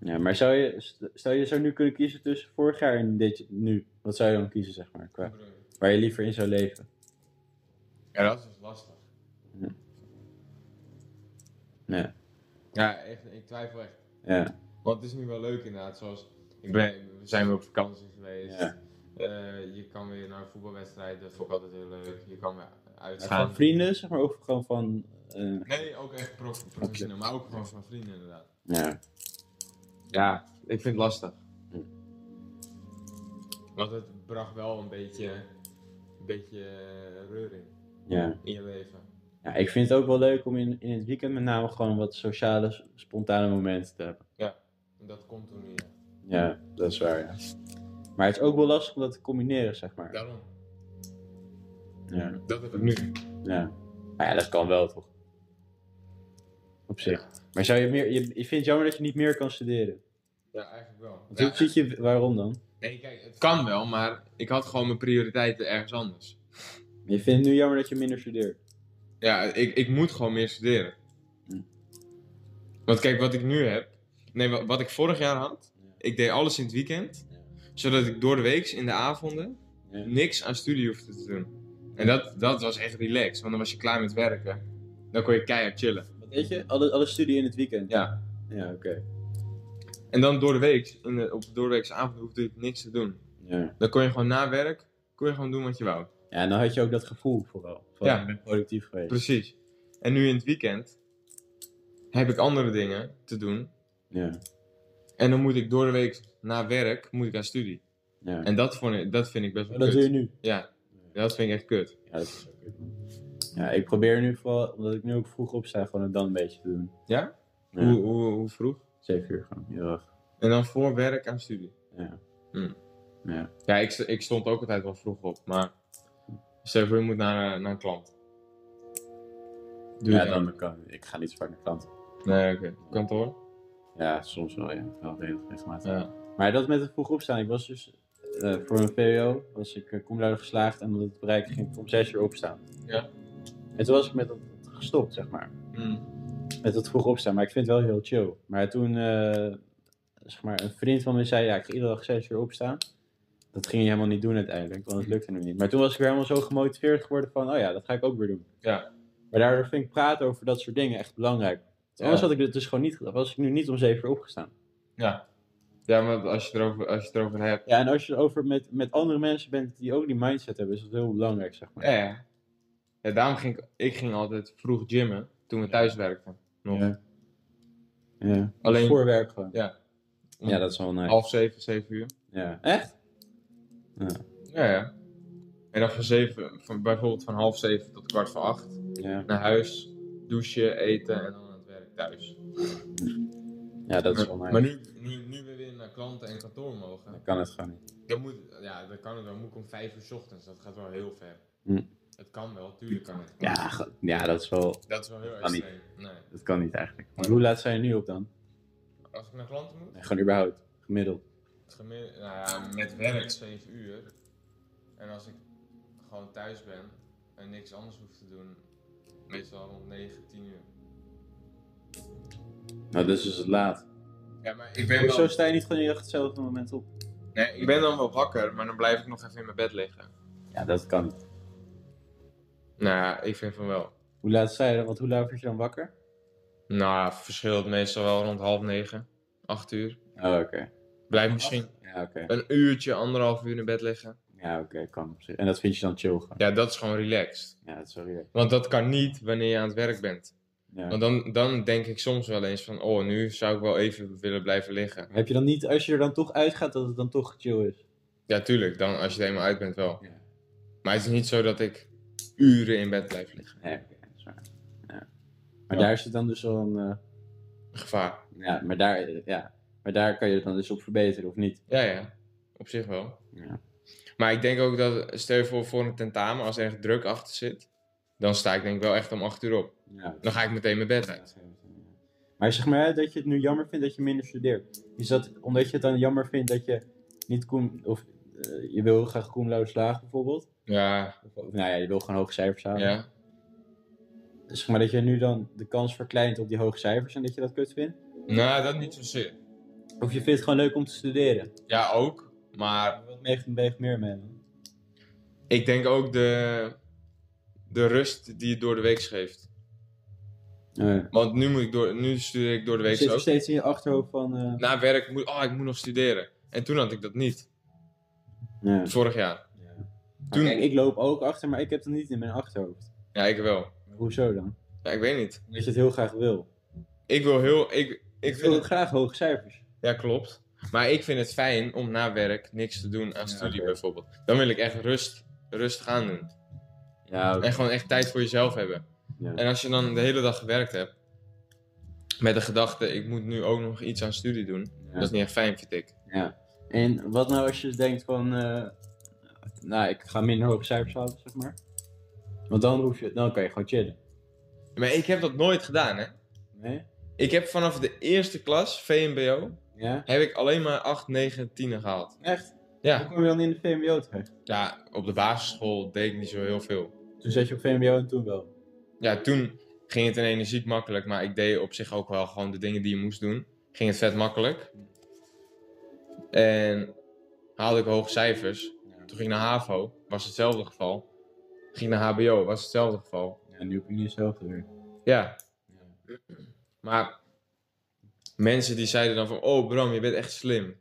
Ja, maar zou je, st- stel je zou nu kunnen kiezen tussen vorig jaar en dit, nu. Wat zou je dan kiezen, zeg maar? Qua, waar je liever in zou leven?
Ja, dat is dus lastig.
Ja.
Ja, echt, ik twijfel echt.
Ja.
Want het is nu wel leuk inderdaad, zoals ik ben, we zijn weer op vakantie geweest.
Ja.
Eh, je kan weer naar voetbalwedstrijden, dat vond ik altijd heel leuk. Je kan weer uitgaan.
Van vrienden, zeg maar, of gewoon van... eh,
Nee, ook echt prof, professioneel, maar ook gewoon van vrienden inderdaad.
ja.
Ja, ik vind het lastig.
Hm.
Want het bracht wel een beetje, een beetje eh, reuring
ja.
in je leven.
Ja, ik vind het ook wel leuk om in, in het weekend met name gewoon wat sociale, s- spontane momenten te hebben.
En dat komt toen niet. echt.
Ja, dat is waar, ja. Maar het is ook wel lastig om dat te combineren, zeg maar.
Daarom,
Ja.
dat heb ik nu.
Ja. Maar ja, dat kan wel toch? Op zich. Maar zou je meer. Je, je vindt het jammer dat je niet meer kan studeren.
Ja, eigenlijk wel.
Want
Ja,
hoe ziet je. Waarom dan?
nee, kijk, het kan wel, maar ik had gewoon mijn prioriteiten ergens anders.
Je vindt het nu jammer dat je minder studeert.
Ja, ik, ik moet gewoon meer studeren.
Hm.
Want kijk, wat ik nu heb. Nee, wa- wat ik vorig jaar had.
Ja.
Ik deed alles in het weekend.
Ja.
Zodat ik door de week, in de avonden,
Ja.
niks aan studie hoefde te doen. En dat, dat was echt relaxed, want dan was je klaar met werken. Dan kon je keihard chillen.
Wat weet je? Alle, alle studie in het weekend.
Ja.
Ja, oké.
En dan door de week, in de, op de doordeweekse avond, hoefde ik niks te doen.
Ja.
Dan kon je gewoon na werk, kon je gewoon doen wat je wou.
ja, en dan had je ook dat gevoel vooral. Van,
Ja.
ik ben productief geweest.
Precies. En nu in het weekend heb ik andere dingen te doen.
Ja.
En dan moet ik door de week na werk moet ik aan studie.
ja.
En dat, vond ik, dat vind ik best wel
Maar dat
kut.
doe je nu.
Ja, dat vind ik echt kut.
Ja, dat is ook kut, man. Ja, ik probeer nu vooral, omdat ik nu ook vroeg opsta, gewoon het dan een beetje te doen.
Ja?
Ja.
Hoe, hoe, hoe vroeg?
Zeven uur gewoon, heel erg.
En dan voor werk aan studie. Hmm.
Ja.
Ja, ik, st- ik stond ook altijd wel vroeg op, maar... Stel je voor, je moet naar, eh, naar een klant. Doe
ja,
je dat?
dan kan ik ga niet zo vaak naar klanten.
Nee, oké. Kantoor?
Ja, soms wel, ja. Wel redelijk regelmatig.
Ja.
Maar dat met het vroeg opstaan. Ik was dus eh, voor mijn VWO was ik uh, geslaagd en omdat het bereikt ging ik om 6 uur opstaan.
Ja.
En toen was ik met dat gestopt, zeg maar.
Mm.
Met dat vroeg opstaan. Maar ik vind het wel heel chill. Maar toen, eh, zeg maar, een vriend van me zei, ja, ik ga iedere dag 6 uur opstaan. Dat ging hij helemaal niet doen uiteindelijk, want het lukte hem niet. Maar toen was ik weer helemaal zo gemotiveerd geworden van, oh ja, dat ga ik ook weer doen.
Ja.
Maar daardoor vind ik praten over dat soort dingen echt belangrijk. Want Anders
Ja.
had ik dit dus gewoon niet gedaan. Was ik nu niet om 7 uur opgestaan.
Ja. Ja, maar als je erover, als je het erover hebt...
Ja, en als je erover met, met andere mensen bent die ook die mindset hebben, is dat heel belangrijk, zeg maar.
Ja, ja. Ja, daarom ging ik... Ik ging altijd vroeg gymmen, toen we thuis werkten. Nog.
Ja. Ja.
Alleen-
Alleen voor werk gewoon.
Ja.
Ja, dat is wel nice.
Half zeven, zeven uur.
Ja. Echt?
Ja, ja. En dan van zeven, van bijvoorbeeld van half zeven tot kwart voor acht.
Ja.
Naar huis, douchen, eten en dan aan het werk thuis.
Ja, dat is wel
maar
nice.
maar nu, nu, nu we weer naar klanten en kantoor mogen,
Dan kan het gewoon niet.
dan moet, ja, dan kan het wel. Moet ik om vijf uur 's ochtends, dat gaat wel heel ver.
Hm.
Het kan wel, tuurlijk kan het.
Ja, ge- ja dat, is wel,
Dat is wel heel
Kan niet.
extreem. Nee.
dat kan niet eigenlijk. Maar hoe laat zijn je nu op dan?
Als ik naar klanten moet,
Nee, gewoon überhaupt. Gemiddeld.
het gemi- nou ja, met werk zeven uur. En als ik gewoon thuis ben en niks anders hoef te doen, meestal rond 9, 10 uur.
Nou, dus is het laat.
Ja, maar ik ben
Zo sta je niet gewoon echt hetzelfde moment op.
Nee, ik ben dan wel wakker, maar dan blijf ik nog even in mijn bed liggen.
Ja, dat kan niet.
Nou, ja, ik vind van wel.
Hoe laat sta je dan? Want hoe laat word je dan wakker?
Nou, verschilt meestal wel rond half negen, acht uur.
Oh, oké.
Blijf misschien
Ja, oké.
een uurtje, anderhalf uur in bed liggen.
Ja, oké. kan. op zich. En dat vind je dan chill gewoon.
Ja, dat is gewoon relaxed.
Ja, dat is wel relaxed.
Want dat kan niet wanneer je aan het werk bent.
Ja.
Want dan, dan denk ik soms wel eens van, oh, nu zou ik wel even willen blijven liggen.
Heb je dan niet, als je er dan toch uitgaat, dat het dan toch chill is?
Ja, tuurlijk, dan als je er eenmaal uit bent wel.
Ja.
Maar het is niet zo dat ik uren in bed blijf liggen.
Nee, oké, dat is waar. Ja. Maar
Ja.
daar zit dan dus wel een. eh,
Gevaar.
ja, maar daar, eh, ja, maar daar kan je het dan dus op verbeteren of niet.
Ja, ja. Op zich wel.
Ja.
Maar ik denk ook dat, stel je voor voor een tentamen, als er echt druk achter zit, dan sta ik denk ik wel echt om 8 uur op.
Ja,
Dan ga ik meteen mijn bed uit.
dat- maar zeg maar hè, dat je het nu jammer vindt dat je minder studeert. Is dat omdat je het dan jammer vindt dat je niet cum, of eh, je wil heel graag cum laude slagen bijvoorbeeld.
Ja,
Of, of, nou ja, je wil gewoon hoge cijfers halen.
ja.
Dus zeg maar dat je nu dan de kans verkleint op die hoge cijfers en dat je dat kut vindt.
Nou, dat niet zozeer.
Of je vindt het gewoon leuk om te studeren.
Ja, ook. Maar
Wat meegt meegt meer mee? man?
ik denk ook de, de rust die het door de week geeft.
Nee.
Want nu, moet ik door, nu studeer ik door de
Je
week
zit nog
ook.
steeds in je achterhoofd van... eh,
Na werk moet oh, ik moet nog studeren. En toen had ik dat niet.
ja.
Vorig jaar.
Toen...
Toen-
Kijk, ik loop ook achter, maar ik heb dat niet in mijn achterhoofd.
Ja, ik wel.
Hoezo dan?
Ja, ik weet niet.
Omdat je het heel graag wil.
Ik wil heel... Ik, ik
Ik wil
vind
ook
het,
graag hoge cijfers.
ja, klopt. Maar ik vind het fijn om na werk niks te doen aan
Ja,
studie
oké.
bijvoorbeeld. Dan wil ik echt rust, rust gaan doen.
Ja,
En gewoon echt tijd voor jezelf hebben.
Ja.
En als je dan de hele dag gewerkt hebt... Met de gedachte, ik moet nu ook nog iets aan studie doen. Dat is niet echt fijn, vind ik.
Dus- En wat nou als je denkt van, eh, nou ik ga minder hoge cijfers halen, zeg maar. Want dan hoef je, dan kan je gewoon chillen.
Maar ik heb dat nooit gedaan, hè.
Nee?
Ik heb vanaf de eerste klas, VMBO,
Ja?
heb ik alleen maar 8, 9, 10 gehaald.
Echt? Hoe
Ja.
kom je dan in de VMBO terecht?
ja, op de basisschool deed ik niet zo heel veel.
Toen zat je op VMBO en toen wel.
Ja, toen ging het in energiek makkelijk, maar ik deed op zich ook wel gewoon de dingen die je moest doen. Ging het vet makkelijk. En haalde ik hoge cijfers. Toen ging ik naar HAVO, was hetzelfde geval. Ging naar HBO, was hetzelfde geval.
Ja, nu heb je niet hetzelfde weer.
Ja.
Ja.
Maar mensen die zeiden dan van, oh Bram, je bent echt slim.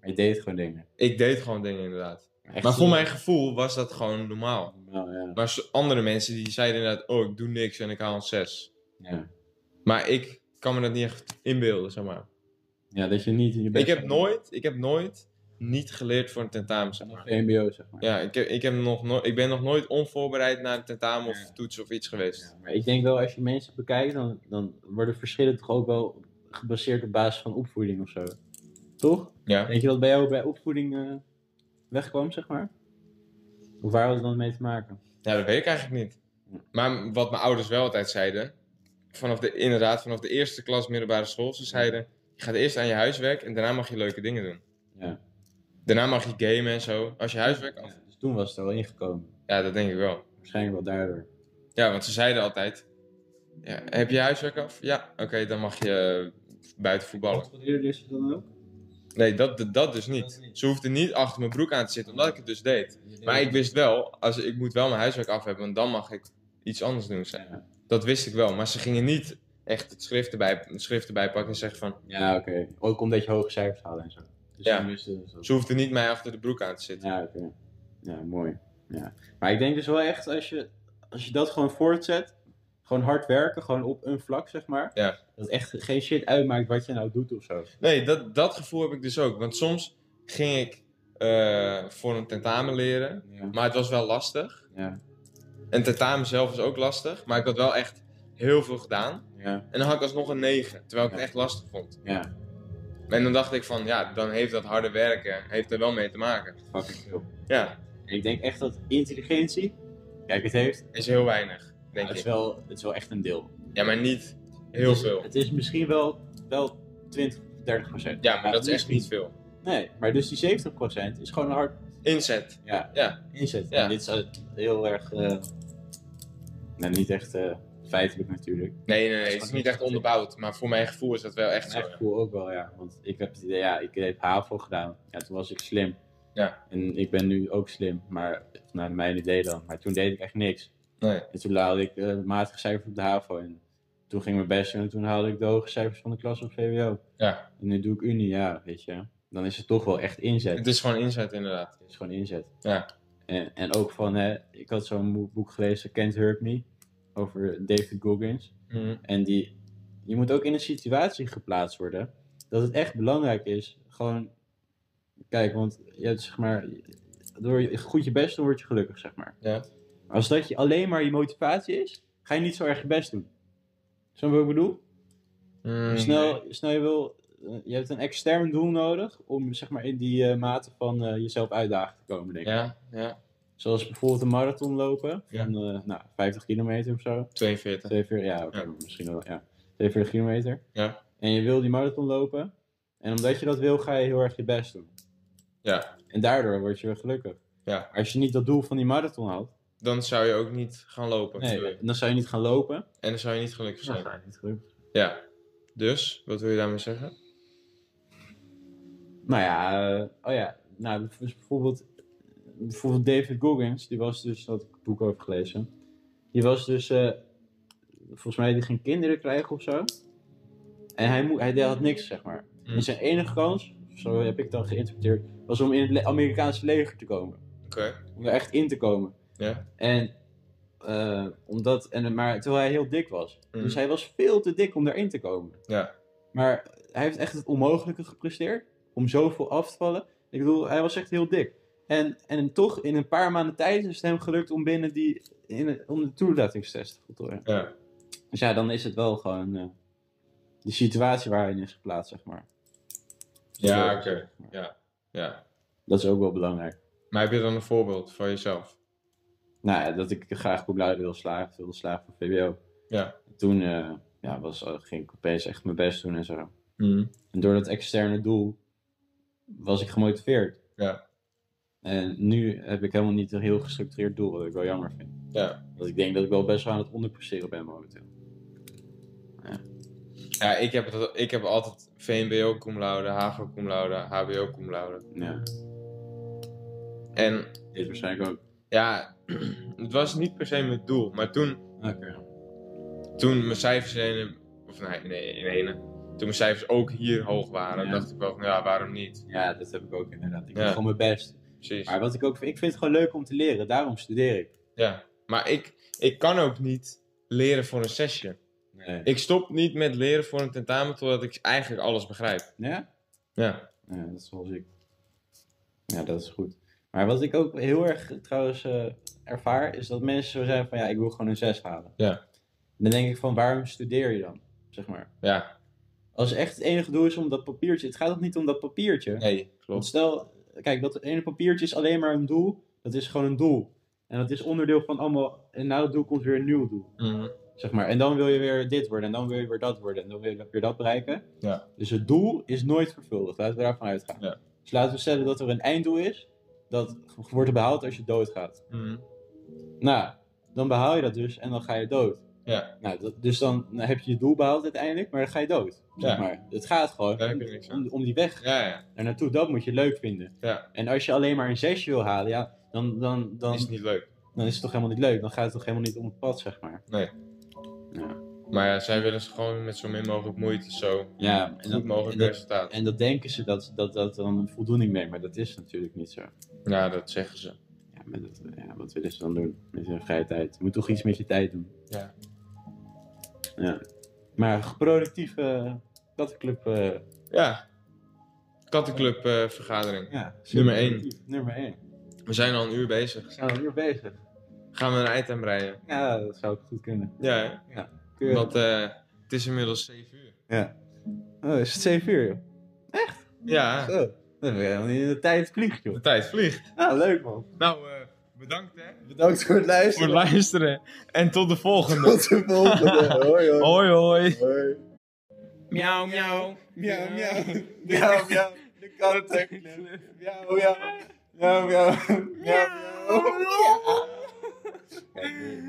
Maar je deed gewoon dingen.
Ik deed gewoon dingen inderdaad.
Echt
Maar
zo-
voor mijn gevoel was dat gewoon normaal.
Nou, ja.
Maar s- andere mensen die zeiden inderdaad, oh ik doe niks en ik haal een 6.
Ja.
Maar ik kan me dat niet echt inbeelden, zeg maar.
ja, dat je niet in je best
Ik heb
gaat
nooit, ik heb nooit niet geleerd voor een tentamen, zeg
doen. Op
maar.
VMBO, zeg maar.
Ja, ik, heb, ik, heb nog nooit, ik ben nog nooit onvoorbereid naar een tentamen
Ja.
of toets of iets geweest.
Ja, maar ik denk wel, als je mensen bekijkt, dan, dan worden verschillen toch ook wel gebaseerd op basis van opvoeding of zo. Toch?
Ja.
Denk je dat bij jou bij opvoeding eh, wegkwam, zeg maar? Of waar had het dan mee te maken?
ja, dat weet ik eigenlijk niet. Maar wat mijn ouders wel altijd zeiden, vanaf de, inderdaad, vanaf de eerste klas middelbare school, ze zeiden, je gaat eerst aan je huiswerk en daarna mag je leuke dingen doen.
Ja.
Daarna mag je gamen en zo. Als je huiswerk af...
Ja, dus toen was het er al ingekomen.
Ja, dat denk ik wel.
Waarschijnlijk wel daardoor.
Ja, want ze zeiden altijd: ja, Heb je huiswerk af? Ja, oké, dan mag je eh, buiten
Oh,
voetballen.
Controleerde ze dan ook?
Nee, dat, dat, dat dus niet.
Dat niet.
Ze hoefden niet achter mijn broek aan te zitten, omdat ik het dus deed. Maar ik wist wel, als, ik moet wel mijn huiswerk af hebben, want dan mag ik iets anders doen. Zijn.
Ja,
Dat wist ik wel, maar ze gingen niet echt het schrift erbij, het schrift erbij pakken en zeggen van...
ja oké. Ook omdat je hoge cijfers haalde en zo. Dus
Ja.
toen wisten ze dat.
Ze hoefden niet mij achter de broek aan te zitten.
Ja, oké. Ja, mooi. Ja. Maar ik denk dus wel echt, als je, als je dat gewoon voortzet, gewoon hard werken, gewoon op een vlak, zeg maar.
Ja.
Dat echt geen shit uitmaakt wat je nou doet of zo.
Nee, dat, dat gevoel heb ik dus ook. Want soms ging ik eh, voor een tentamen leren,
Ja.
maar het was wel lastig.
Ja.
En tentamen zelf is ook lastig, maar ik had wel echt heel veel gedaan.
Ja.
En dan had ik alsnog een 9, terwijl ik het
Ja.
echt lastig vond.
Ja.
En dan dacht ik van, ja, dan heeft dat harde werken heeft er wel mee te maken.
Fucking veel.
Ja,
En ik denk echt dat intelligentie, kijk, het heeft,
is heel weinig, denk
het, is
ik.
wel, het is wel echt een deel.
Ja, maar niet heel
het is,
veel.
Het is misschien wel, wel 20, 30 procent.
Ja, maar dat is echt niet veel.
Nee, maar dus die 70 procent is gewoon een hard
Inzet.
Ja.
Ja.
inzet.
Ja.
En dit is eh, heel erg. eh, nou, niet echt eh, feitelijk natuurlijk.
Nee, nee, nee, het is niet echt onderbouwd, maar voor mijn gevoel is dat wel echt zo.
Mijn
ja.
gevoel ook wel, ja. Want ik heb het idee, ja, ik heb HAVO gedaan. Ja, toen was ik slim.
Ja.
En ik ben nu ook slim, maar naar mijn idee dan. Maar toen deed ik echt niks.
Nee.
En toen haalde ik eh matige cijfers op de HAVO. En toen ging mijn best en toen haalde ik de hoge cijfers van de klas op VWO.
Ja,
En nu doe ik Unie, ja, weet je. Dan is het toch wel echt inzet.
het is gewoon inzet inderdaad.
Het is gewoon inzet.
Ja.
En, en ook van, hè, ik had zo'n boek- boek gelezen, Can't Hurt Me, over David Goggins.
Mhm.
En die, je moet ook in een situatie geplaatst worden dat het echt belangrijk is. Gewoon, kijk, want je hebt, zeg maar, door je goed je best te doen word je gelukkig, zeg maar.
Ja.
Maar als dat je alleen maar je motivatie is, ga je niet zo erg je best doen. Snap je wat ik bedoel?
Mm,
Snel, snel je wil, eh, je hebt een extern doel nodig om zeg maar in die eh, mate van eh, jezelf uitdagen te komen, denk ik.
Ja, ja,
Zoals bijvoorbeeld een marathon lopen
Ja.
van eh, nou, 50 kilometer of zo.
42.
42, ja, oké,
Ja.
misschien wel, ja. 42 kilometer.
Ja.
En je wil die marathon lopen. En omdat je dat wil, ga je heel erg je best doen.
Ja.
En daardoor word je weer gelukkig.
Ja.
Als je niet dat doel van die marathon had,
Dan zou je ook niet gaan lopen.
nee,
natuurlijk.
dan zou je niet gaan lopen.
En dan zou je niet gelukkig zijn.
je niet gelukkig.
Ja. Dus, wat wil je daarmee zeggen?
Nou ja, eh, oh ja, nou, dat is bijvoorbeeld, bijvoorbeeld David Goggins, die was dus, daar had ik een boek over gelezen. Die was dus, eh, volgens mij, die ging kinderen krijgen of zo. En hij, mo- hij had niks, zeg maar.
Mm.
En zijn enige kans, zo heb ik dan geïnterpreteerd, was om in het le- Amerikaanse leger te komen.
Oké.
Om er echt in te komen.
Ja.
En, eh, omdat, en, maar terwijl hij heel dik was.
Mm.
Dus hij was veel te dik om erin te komen.
Ja.
Maar hij heeft echt het onmogelijke gepresteerd. Om zoveel af te vallen. Ik bedoel, hij was echt heel dik. En, en toch, in een paar maanden tijd is het hem gelukt om binnen die, in, om de toelatingstest te voltooien.
Ja.
Dus ja, dan is het wel gewoon eh, de situatie waarin is geplaatst, zeg maar.
Ja, oké. Ja. Ja.
Dat is ook wel belangrijk.
Maar heb je dan een voorbeeld van jezelf?
Nou ja, dat ik graag populair wil slagen, wilde slagen voor VWO.
Ja.
Toen eh, ja, was, ging ik opeens echt mijn best doen en zo.
Mhm.
En door dat externe doel was ik gemotiveerd.
Ja.
En nu heb ik helemaal niet een heel gestructureerd doel, wat ik wel jammer vind.
Ja.
Want ik denk dat ik wel best wel aan het onderpresteren ben momenteel.
Ja, ik heb, dat, ik heb altijd VMBO cum laude, HAVO cum laude, HBO cum laude.
Ja,
En
dit waarschijnlijk ook.
ja, het was niet per se mijn doel. Maar toen,
Oké.
toen mijn cijfers in ene, of nee, nee, in ene, toen mijn cijfers ook hier hoog waren,
Ja.
dacht ik wel van ja, waarom niet?
Ja, dat heb ik ook inderdaad. Ik
Ja.
doe gewoon mijn best.
Precies.
Maar wat ik ook vind, ik vind het gewoon leuk om te leren. Daarom studeer ik.
Ja, maar ik, ik kan ook niet leren voor een sessie.
Nee.
Ik stop niet met leren voor een tentamen totdat ik eigenlijk alles begrijp.
Ja?
Ja.
Ja, dat is wel ziek. Ja, dat is goed. Maar wat ik ook heel erg trouwens eh, ervaar, is dat mensen zo zijn van ja, ik wil gewoon een 6 halen.
Ja.
Dan denk ik van waarom studeer je dan? Zeg maar.
Ja.
Als echt het enige doel is om dat papiertje. Het gaat ook niet om dat papiertje.
Nee,
Want
klopt.
stel, kijk, dat ene papiertje is alleen maar een doel. Dat is gewoon een doel. En dat is onderdeel van allemaal. En nou na het doel komt weer een nieuw doel.
Mhm.
Zeg maar. En dan wil je weer dit worden. En dan wil je weer dat worden. En dan wil je weer dat bereiken.
Ja.
Dus het doel is nooit vervuldigd. Laten we daarvan uitgaan.
Ja.
Dus laten we stellen dat er een einddoel is. Dat wordt behaald als je doodgaat.
Mhm.
Nou, dan behaal je dat dus. En dan ga je dood.
Ja.
Nou, dat, dus dan heb je je doel behaald uiteindelijk. Maar dan ga je dood. Zeg
Ja.
maar. Het gaat gewoon
Daar heb je niks aan.
om, om die weg
Ja, ja.
daar naartoe, dat moet je leuk vinden.
Ja.
En als je alleen maar een zesje wil halen, ja, dan, dan, dan,
Dat is niet leuk.
dan is het toch helemaal niet leuk. Dan gaat het toch helemaal niet om het pad, zeg maar.
Maar ja, zij willen ze gewoon met zo min mogelijk moeite zo
Ja, en
goed
dat,
mogelijk
en dat,
resultaat.
en dat denken ze dat dat, dat dan een voldoening brengt, maar dat is natuurlijk niet zo.
Ja, dat zeggen ze.
Ja, maar dat, ja, wat willen ze dan doen met hun vrije tijd? Je moet toch iets met je tijd doen.
Ja.
ja. Maar productieve kattenclub, eh,
Ja. Kattenclub eh, vergadering.
ja.
Nummer één.
productief, Nummer 1.
We zijn al een uur bezig.
We zijn al een uur bezig.
Gaan we een eindtijd breien?
Ja, dat zou ook goed kunnen.
Ja, hè?
Kun je-
want eh, het is inmiddels 7 uur.
Oh, is het 7 uur, joh?
Ja,
Zo. Dan ben je helemaal niet in de tijd vliegt, joh.
de tijd vliegt.
Nou, leuk man.
Nou, eh, bedankt hè.
Bedankt voor het
Voor
luisteren.
het luisteren. En tot de volgende.
Tot de volgende. Hoi, hoi.
Hoi hoi.
Hoi.
Miauw, miauw.
Miauw, miauw.
Miauw, miauw. De kattenclub. Miauw, miauw. Miauw, miauw. Miauw, miauw. Kijk, nu.